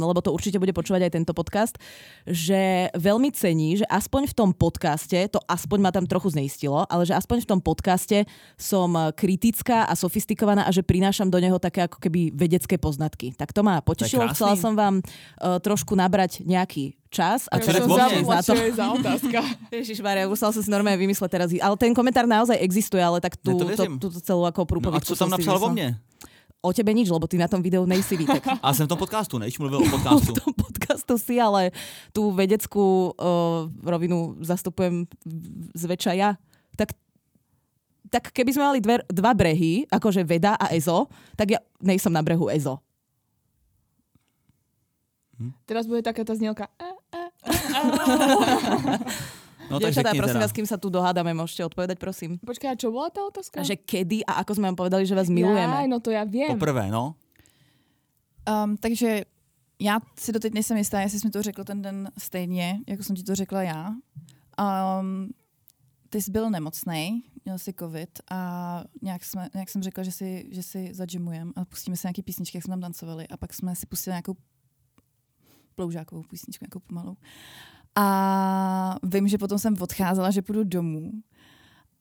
lebo to určite bude počúvať aj tento podcast, že veľmi cení, že aspoň v tom podcaste, to aspoň ma tam trochu zneistilo, ale že aspoň v tom podcaste som eh, kritická a sofistikovaná a že prinášam do neho také ako keby vedecké poznatky. Tak to ma potešilo, krásny. chcela som vám uh, trošku nabrať nejaký čas a Ja už teraz som budete zabudla, na to. čo je za otázka. Ježišmarja, musela som si normálne vymysleť teraz. Ale ten komentár naozaj existuje, ale tak tú, Ne, to to věřím. tú, tú celú ako No a prúpovidku co tam som si napsal o vymyslela. mně? O tebe nič, lebo ty na tom videu nejsi Vítek. A jsem v tom podcastu, ne? Když mluvil o podcastu. v tom podcastu si, ale tú vedeckú uh, rovinu zastupujem v- zväčša ja. Tak, tak keby sme mali dve, dva brehy, akože veda a EZO, tak ja nejsem na brehu EZO. Teraz bude taká tá znielka. Eh, No tak Dievčatá, řekni prosím teda. vás, kým sa tu dohádame, môžete odpovedať, prosím. Počkaj, a čo bola tá otázka? A že kedy a ako sme vám povedali, že vás Jaj, milujeme. no to ja viem. Poprvé, no. Um, takže já si doteď nejsem jistá, jestli jsi mi to řekl ten den stejně, jako jsem ti to řekla já. Um, ty jsi byl nemocný, měl jsi covid a nějak, jsme, nějak jsem řekla, že si, že si zadžemujeme a pustíme si nějaký písničky, jak jsme tam tancovali a pak jsme si pustili nějakou ploužákovou písničku, nějakou pomalou. A vím, že potom jsem odcházela, že půjdu domů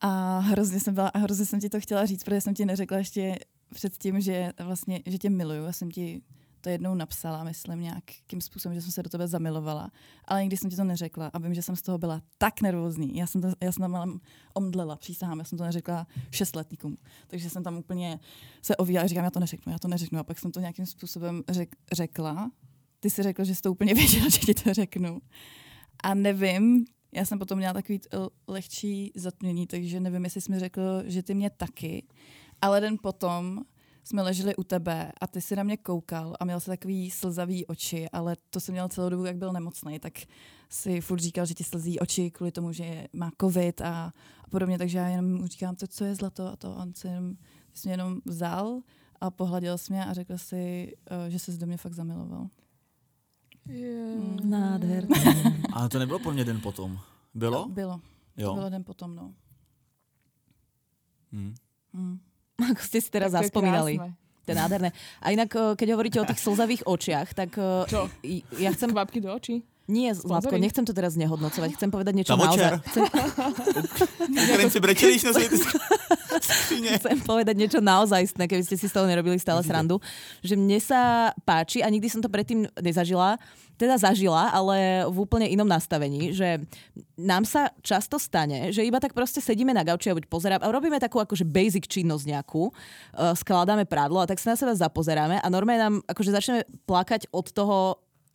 a hrozně jsem, byla, a hrozně jsem ti to chtěla říct, protože jsem ti neřekla ještě před tím, že, vlastně, že tě miluju. Já jsem ti to jednou napsala, myslím, nějakým způsobem, že jsem se do tebe zamilovala. Ale nikdy jsem ti to neřekla a vím, že jsem z toho byla tak nervózní. Já jsem, to, já jsem tam malem omdlela, přísahám, já jsem to neřekla šest let nikomu. Takže jsem tam úplně se ovíjela, říkám, já to neřeknu, já to neřeknu. A pak jsem to nějakým způsobem řek, řekla. Ty si řekl, že jsi to úplně věděl, že ti to řeknu. A nevím, já jsem potom měla takový t- l- lehčí zatmění, takže nevím, jestli jsi mi řekl, že ty mě taky. Ale den potom jsme leželi u tebe a ty si na mě koukal a měl si takový slzavý oči, ale to jsem měl celou dobu, jak byl nemocný, tak si furt říkal, že ti slzí oči kvůli tomu, že má covid a, a podobně, takže já jenom mu říkám, to co je zlato a to a on si jenom, ty jsi mě jenom vzal a pohladil jsi mě a řekl si, eh, že se do mě fakt zamiloval. Yeah. Nádherné. Ale to nebylo po mně den potom. Bylo? Bylo. Jo. To Jo. bylo den potom, no. Hm. Mm. Ako ste si teraz To je zaspomínali. krásne. To je nádherné. A inak, eh, keď hovoríte o tých slzavých očiach, tak eh, Čo? i- ja chcem... Kvapky do očí? Nie, Zlatko, Sponzoring. nechcem to teraz nehodnocovať. Chcem povedať niečo Samočer. naozaj. Chcem, Ukrajinci brečeli, když nesli ty skříně. chcem povedať niečo naozajstné, keby ste si z toho nerobili stále srandu, že mne sa páči a nikdy som to predtým nezažila, teda zažila, ale v úplne inom nastavení, že nám sa často stane, že iba tak proste sedíme na gauči a buď pozerám a robíme takú akože basic činnosť nejakú, eh, skladáme prádlo a tak sa na seba zapozeráme a normálne nám akože začneme plakať od toho,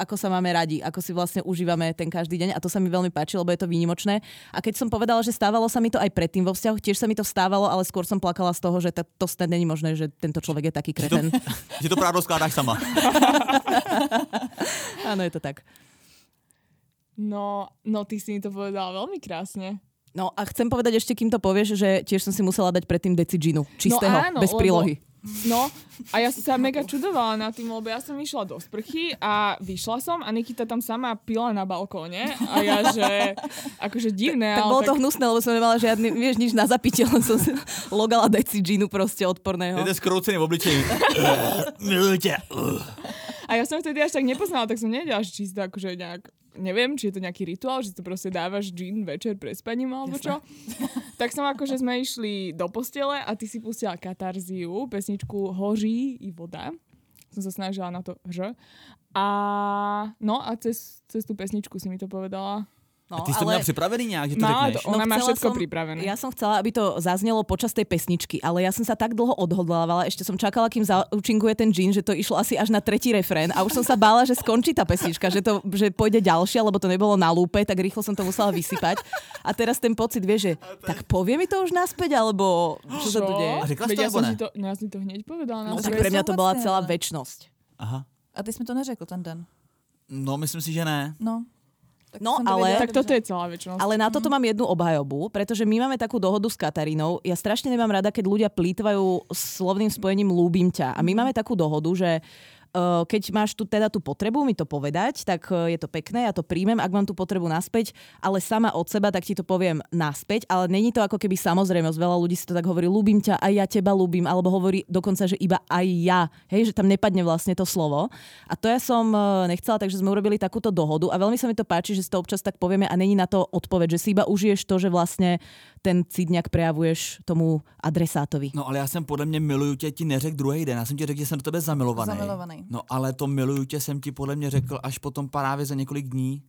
ako sa máme radi, ako si vlastne užívame ten každý deň a to sa mi veľmi páči, lebo je to výnimočné. A keď som povedala, že stávalo sa mi to aj predtým vo vzťahu, tiež sa mi to stávalo, ale skôr som plakala z toho, že to, to snad není možné, že tento človek je taký Že to, kreten. že to prádlo skládáš sama. Áno, je to tak. No, no ty si mi to povedala veľmi krásne. No a chcem povedať ešte, kým to povieš, že tiež som si musela dať predtým deci džinu. Čistého, no áno, bez prílohy. Lebo, No, a ja som sa mega čudovala nad tým, lebo ja som išla do sprchy a vyšla som a Nikita tam sama pila na balkóne a ja, že akože divné, Tak ale bolo tak, to hnusné, lebo som nemala žiadny, vieš, nič na zapitie, len som si logala deci džinu proste odporného. Jete skroucený v obličeji. Miluju ťa. a ja som vtedy až tak nepoznala, tak som nevedela, že či si to akože nejak neviem, či je to nejaký rituál, že si to proste dávaš džin večer pred spaním alebo čo. tak som akože sme išli do postele a ty si pustila katarziu, pesničku Hoří i voda. Som sa snažila na to, že. A no a cez, cez tú pesničku si mi to povedala. No, Ty jsi to měla připravený nějak, že to Mala řekneš? to- Ona má chcela všetko pripravené. Ja som chcela, aby to zaznelo počas tej pesničky, ale ja som sa tak dlho odhodlávala, ešte som čakala, kým zaučinkuje ten džin, že to išlo asi až na tretí refrén a už som sa bála, že skončí tá pesnička, že, to, že pôjde ďalšia, lebo to nebolo na lúpe, tak rýchlo som to musela vysypať. A teraz ten pocit, vie, že tak povie mi to už naspäť, alebo čo sa tu deje? A řekla si Veď to, ja nebo som ne? si to, no ja som ti to hneď povedala. No, na tak Twitter. pre mňa to bola Vôbec celá ne. väčnosť. Aha. A ty jsi mi to neřekl ten den. No, myslím si, že ne. No. Tak No, jsem ale- věděla tak dobře. toto je celá no. väčšnosť. Ale na toto mám jednu obhajobu, pretože my máme takú dohodu s Katarínou. Ja strašne nemám rada, keď ľudia plýtvajú slovným spojením ľúbim ťa. A my máme takú dohodu, že eh, keď máš tu teda tú potrebu mi to povedať, tak eh, je to pekné, ja to príjmem, ak mám tú potrebu naspäť, ale sama od seba, tak ti to poviem naspäť, ale není to ako keby samozrejmosť. Veľa ľudí si to tak hovorí, ľúbim ťa, aj ja teba ľúbim, alebo hovorí dokonca, že iba aj ja, hej, že tam nepadne vlastne to slovo. A to ja som eh, nechcela, takže sme urobili takúto dohodu a veľmi sa mi to páči, že si to občas tak povieme a není na to odpoveď, že si iba užiješ to, že vlastne ten cit nejak prejavuješ tomu adresátovi. No ale já jsem podle mě miluju tě ti neřekl druhý den. Já jsem ti řekl, že jsem do tebe zamilovaný. Zamilovaný. No ale to miluju tě jsem ti podle mě řekl až potom právě za několik dní.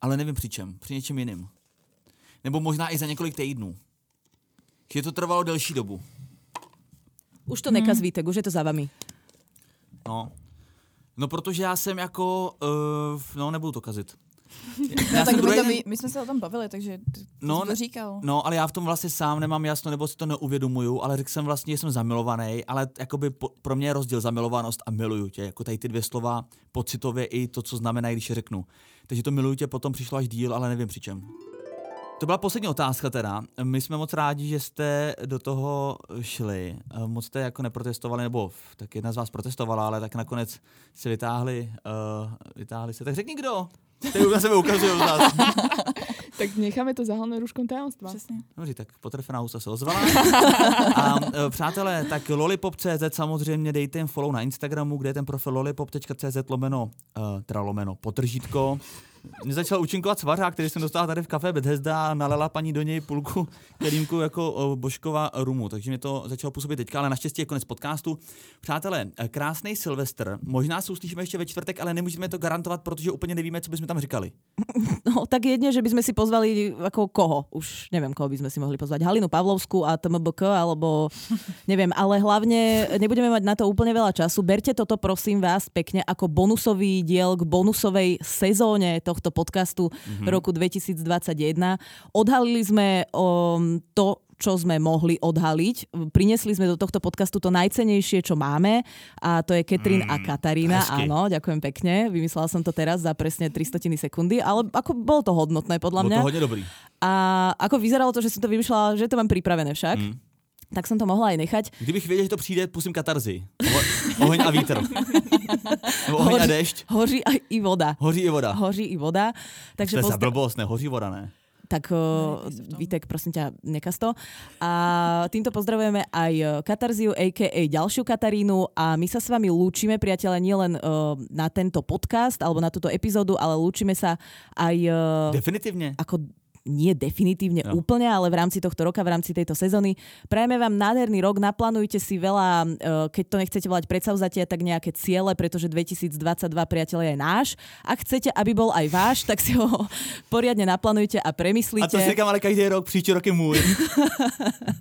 Ale nevím při čem. Při něčem jiným. Nebo možná i za několik týdnů. Že to trvalo delší dobu. Už to nekaz Vítek, už je to za vami. No. No protože já jsem jako... Uh, no nebudu to kazit. No, tak jsem my, druhý to, den- my, my jsme se o tom bavili, takže ty, ty No, no, jsi ne- to říkal. No, ale já v tom vlastně sám nemám jasno, nebo si to neuvědomuju, ale řekl jsem vlastně, že jsem zamilovaný, ale t- jakoby po, pro mě je rozdíl zamilovanost a miluju tě, jako tady ty dvě slova pocitově i to, co znamená, když je řeknu. Takže to miluju tě potom přišlo až díl, ale nevím přičem. To byla poslední otázka teda. My jsme moc rádi, že jste do toho šli. Eh, Moc jste jako neprotestovali, nebo f, tak jedna z vás protestovala, ale tak nakonec se vytáhli, uh, vytáhli se. Tak řekni kdo. Tady na sebe ukazuje od nás. Tak necháme to za hlavné rúškom tajomstva. Přesně. Dobře, tak potrefená usa se ozvala. A e, přátelé, tak lollipop.cz samozřejmě dejte jim follow na Instagramu, kde je ten profil lollipop.cz lomeno, e, teda lomeno, potržítko. Mě začal účinkovat svařák, který jsem dostal tady v kafe Bethesda a nalela paní do něj půlku kelímku jako e, Božkova rumu. Takže mě to začalo působit teďka, ale naštěstí je konec podcastu. Přátelé, e, krásný Silvestr. Možná se uslyšíme ještě ve čtvrtek, ale nemůžeme to garantovat, protože úplně nevíme, co bychom tam říkali. No tak jedne, že by sme si pozvali ako koho, už neviem, koho by sme si mohli pozvať, Halinu Pavlovskú a TMBK, alebo neviem, ale hlavne nebudeme mať na to úplne veľa času. Berte toto, prosím vás, pekne ako bonusový diel k bonusovej sezóne tohto podcastu mm-hmm. roku 2021. Odhalili sme um, to, čo sme mohli odhaliť. Prinesli sme do tohto podcastu to najcenejšie, čo máme a to je Katrin mm, a Katarína. hezky. Áno, ďakujem pekne. Vymyslela som to teraz za presne 300 sekundy, ale ako bolo to hodnotné podľa Bylo mňa. to hodně dobrý. A ako vyzeralo to, že som to vymýšľala, že to mám pripravené však. Mm. Tak som to mohla aj nechať. Kdybych věděl, že to přijde, pustím katarzi. Oho- Oheň a vítr. Nebo oheň a dešť. hoří aj i voda. Hoří i voda. Hoří i voda. To Takže je za pozd- blbost, ne? Hoří voda, ne? Tak uh, Vitek, prosím ťa, nekaz to. A týmto pozdravujeme aj eh, Katarziu, a.k.a. ďalšiu Katarínu a my sa s vami lúčime, priatelia, nielen uh, na tento podcast alebo na túto epizódu, ale lúčime sa aj uh, Definitivně. ako nie definitívne No. no. úplne, ale v rámci tohto roka, v rámci tejto sezóny. Prajeme vám nádherný rok, naplánujte si veľa, e, keď to nechcete volať predsavzatia, tak nejaké ciele, pretože 2022 priateľ je náš. Ak chcete, aby bol aj váš, tak si ho poriadne naplánujte a A to si premyslíte. říkám ale každý rok, příští rok je můj.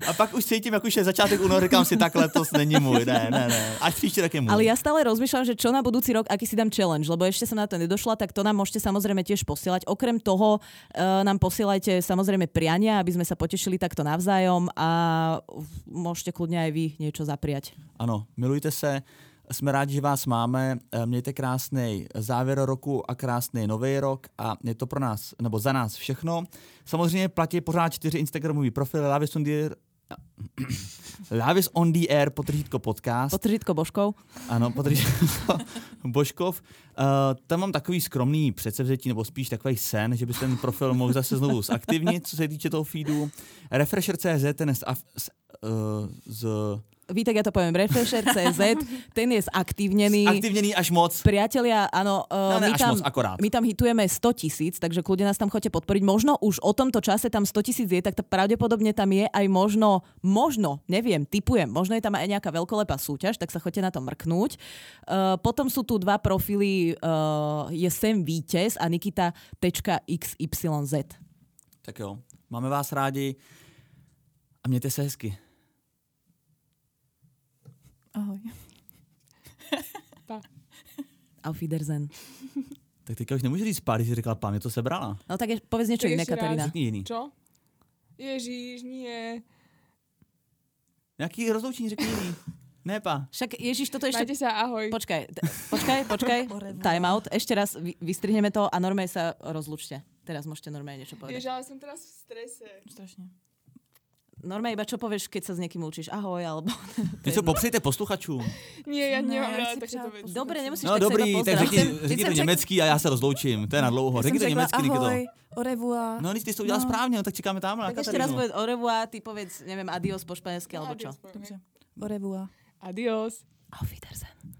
A pak už cítím, jak už je začátek února, říkám si, tak letos není můj. Ne, ne, ne. Až příští rok je můj. Ale ja stále rozmýšľam, že čo na budúci rok, aký si dám challenge, lebo ešte som na to nedošla, tak to nám môžete samozrejme tiež posielať. Okrem toho e, nám posielajte samozrejme priania, aby sme sa potešili takto navzájom a uf, môžete kľudne aj vy niečo zapriať. Ano, milujte se. Jsme rádi, že vás máme. Eh, Mějte krásný závěr roku a krásný nový rok a je to pro nás, nebo za nás všechno. Samozřejmě platí pořád čtyři Instagramové profily Lavisundir, Lávis on the air, potržítko podcast. Potržitko božkou. Ano, Patrik Božkov. Uh, tam mám takový skromný předsevzetí, nebo spíš takový sen, že by ten profil mohl zase znovu zaktivnit, co se týče toho feedu. Refresher.cz, ten je z, af- z, uh, z Vítek, ja to poviem, Refresher.cz, ten je zaktivnený. aktivněný až moc. Priatelia, áno, uh, No, ne my, až tam, moc, akorát. my tam hitujeme 100 tisíc, takže kľudne nás tam chodte podporiť. Možno už o tomto čase tam 100 tisíc je, tak to pravdepodobne tam je aj možno, možno, neviem, typujem, možno je tam aj nejaká veľkolepá súťaž, tak sa chodte na to mrknúť. Uh, potom sú tu dva profily, uh, je Sem Vítěz a Nikita.xyz. Tak jo, máme vás rádi a mějte se hezky. Ahoj. Auf Wiedersehen. Tak teďka už nemůžu říct pár, když jsi řekla pán, mě to sebrala. No tak je, povedz niečo Tak iné, ešte raz. Katarína. Řekni jiný. Čo? Ježíš, nie. Nějaký rozloučení, řekni jiný. Ne, pa. Však Ježiš, toto ešte... Majte sa, ahoj. Počkaj, t- počkaj, počkaj. Orevala. Time out. Ešte raz vy- vystrihneme to a normálne sa rozlučte. Teraz môžete normálne niečo Ježiš, povedať. ale som teraz teda v strese. Strašně. Normálne iba čo povieš, keď sa s niekým učíš. Ahoj, alebo... Něco popřejte posluchačům. Nie, ja Ne, nemám ja rada si takéto přál- veci. Dobre, nemusíš No tak sa iba dobrý, tak pozdravať. řekni, řekni to německý a já se rozloučím. To je na dlouho. Řekni to německy, Nikito. ahoj, o revoir. No nic, ty jsi to udělal No. správně, no, tak čekáme tam na Tak ešte raz Katarínu. povedz au revoir, ty povedz, neviem, adios po španielsky, alebo čo. Adios. poviem. Dobře. O revoir. Adios. Auf Wiedersehen.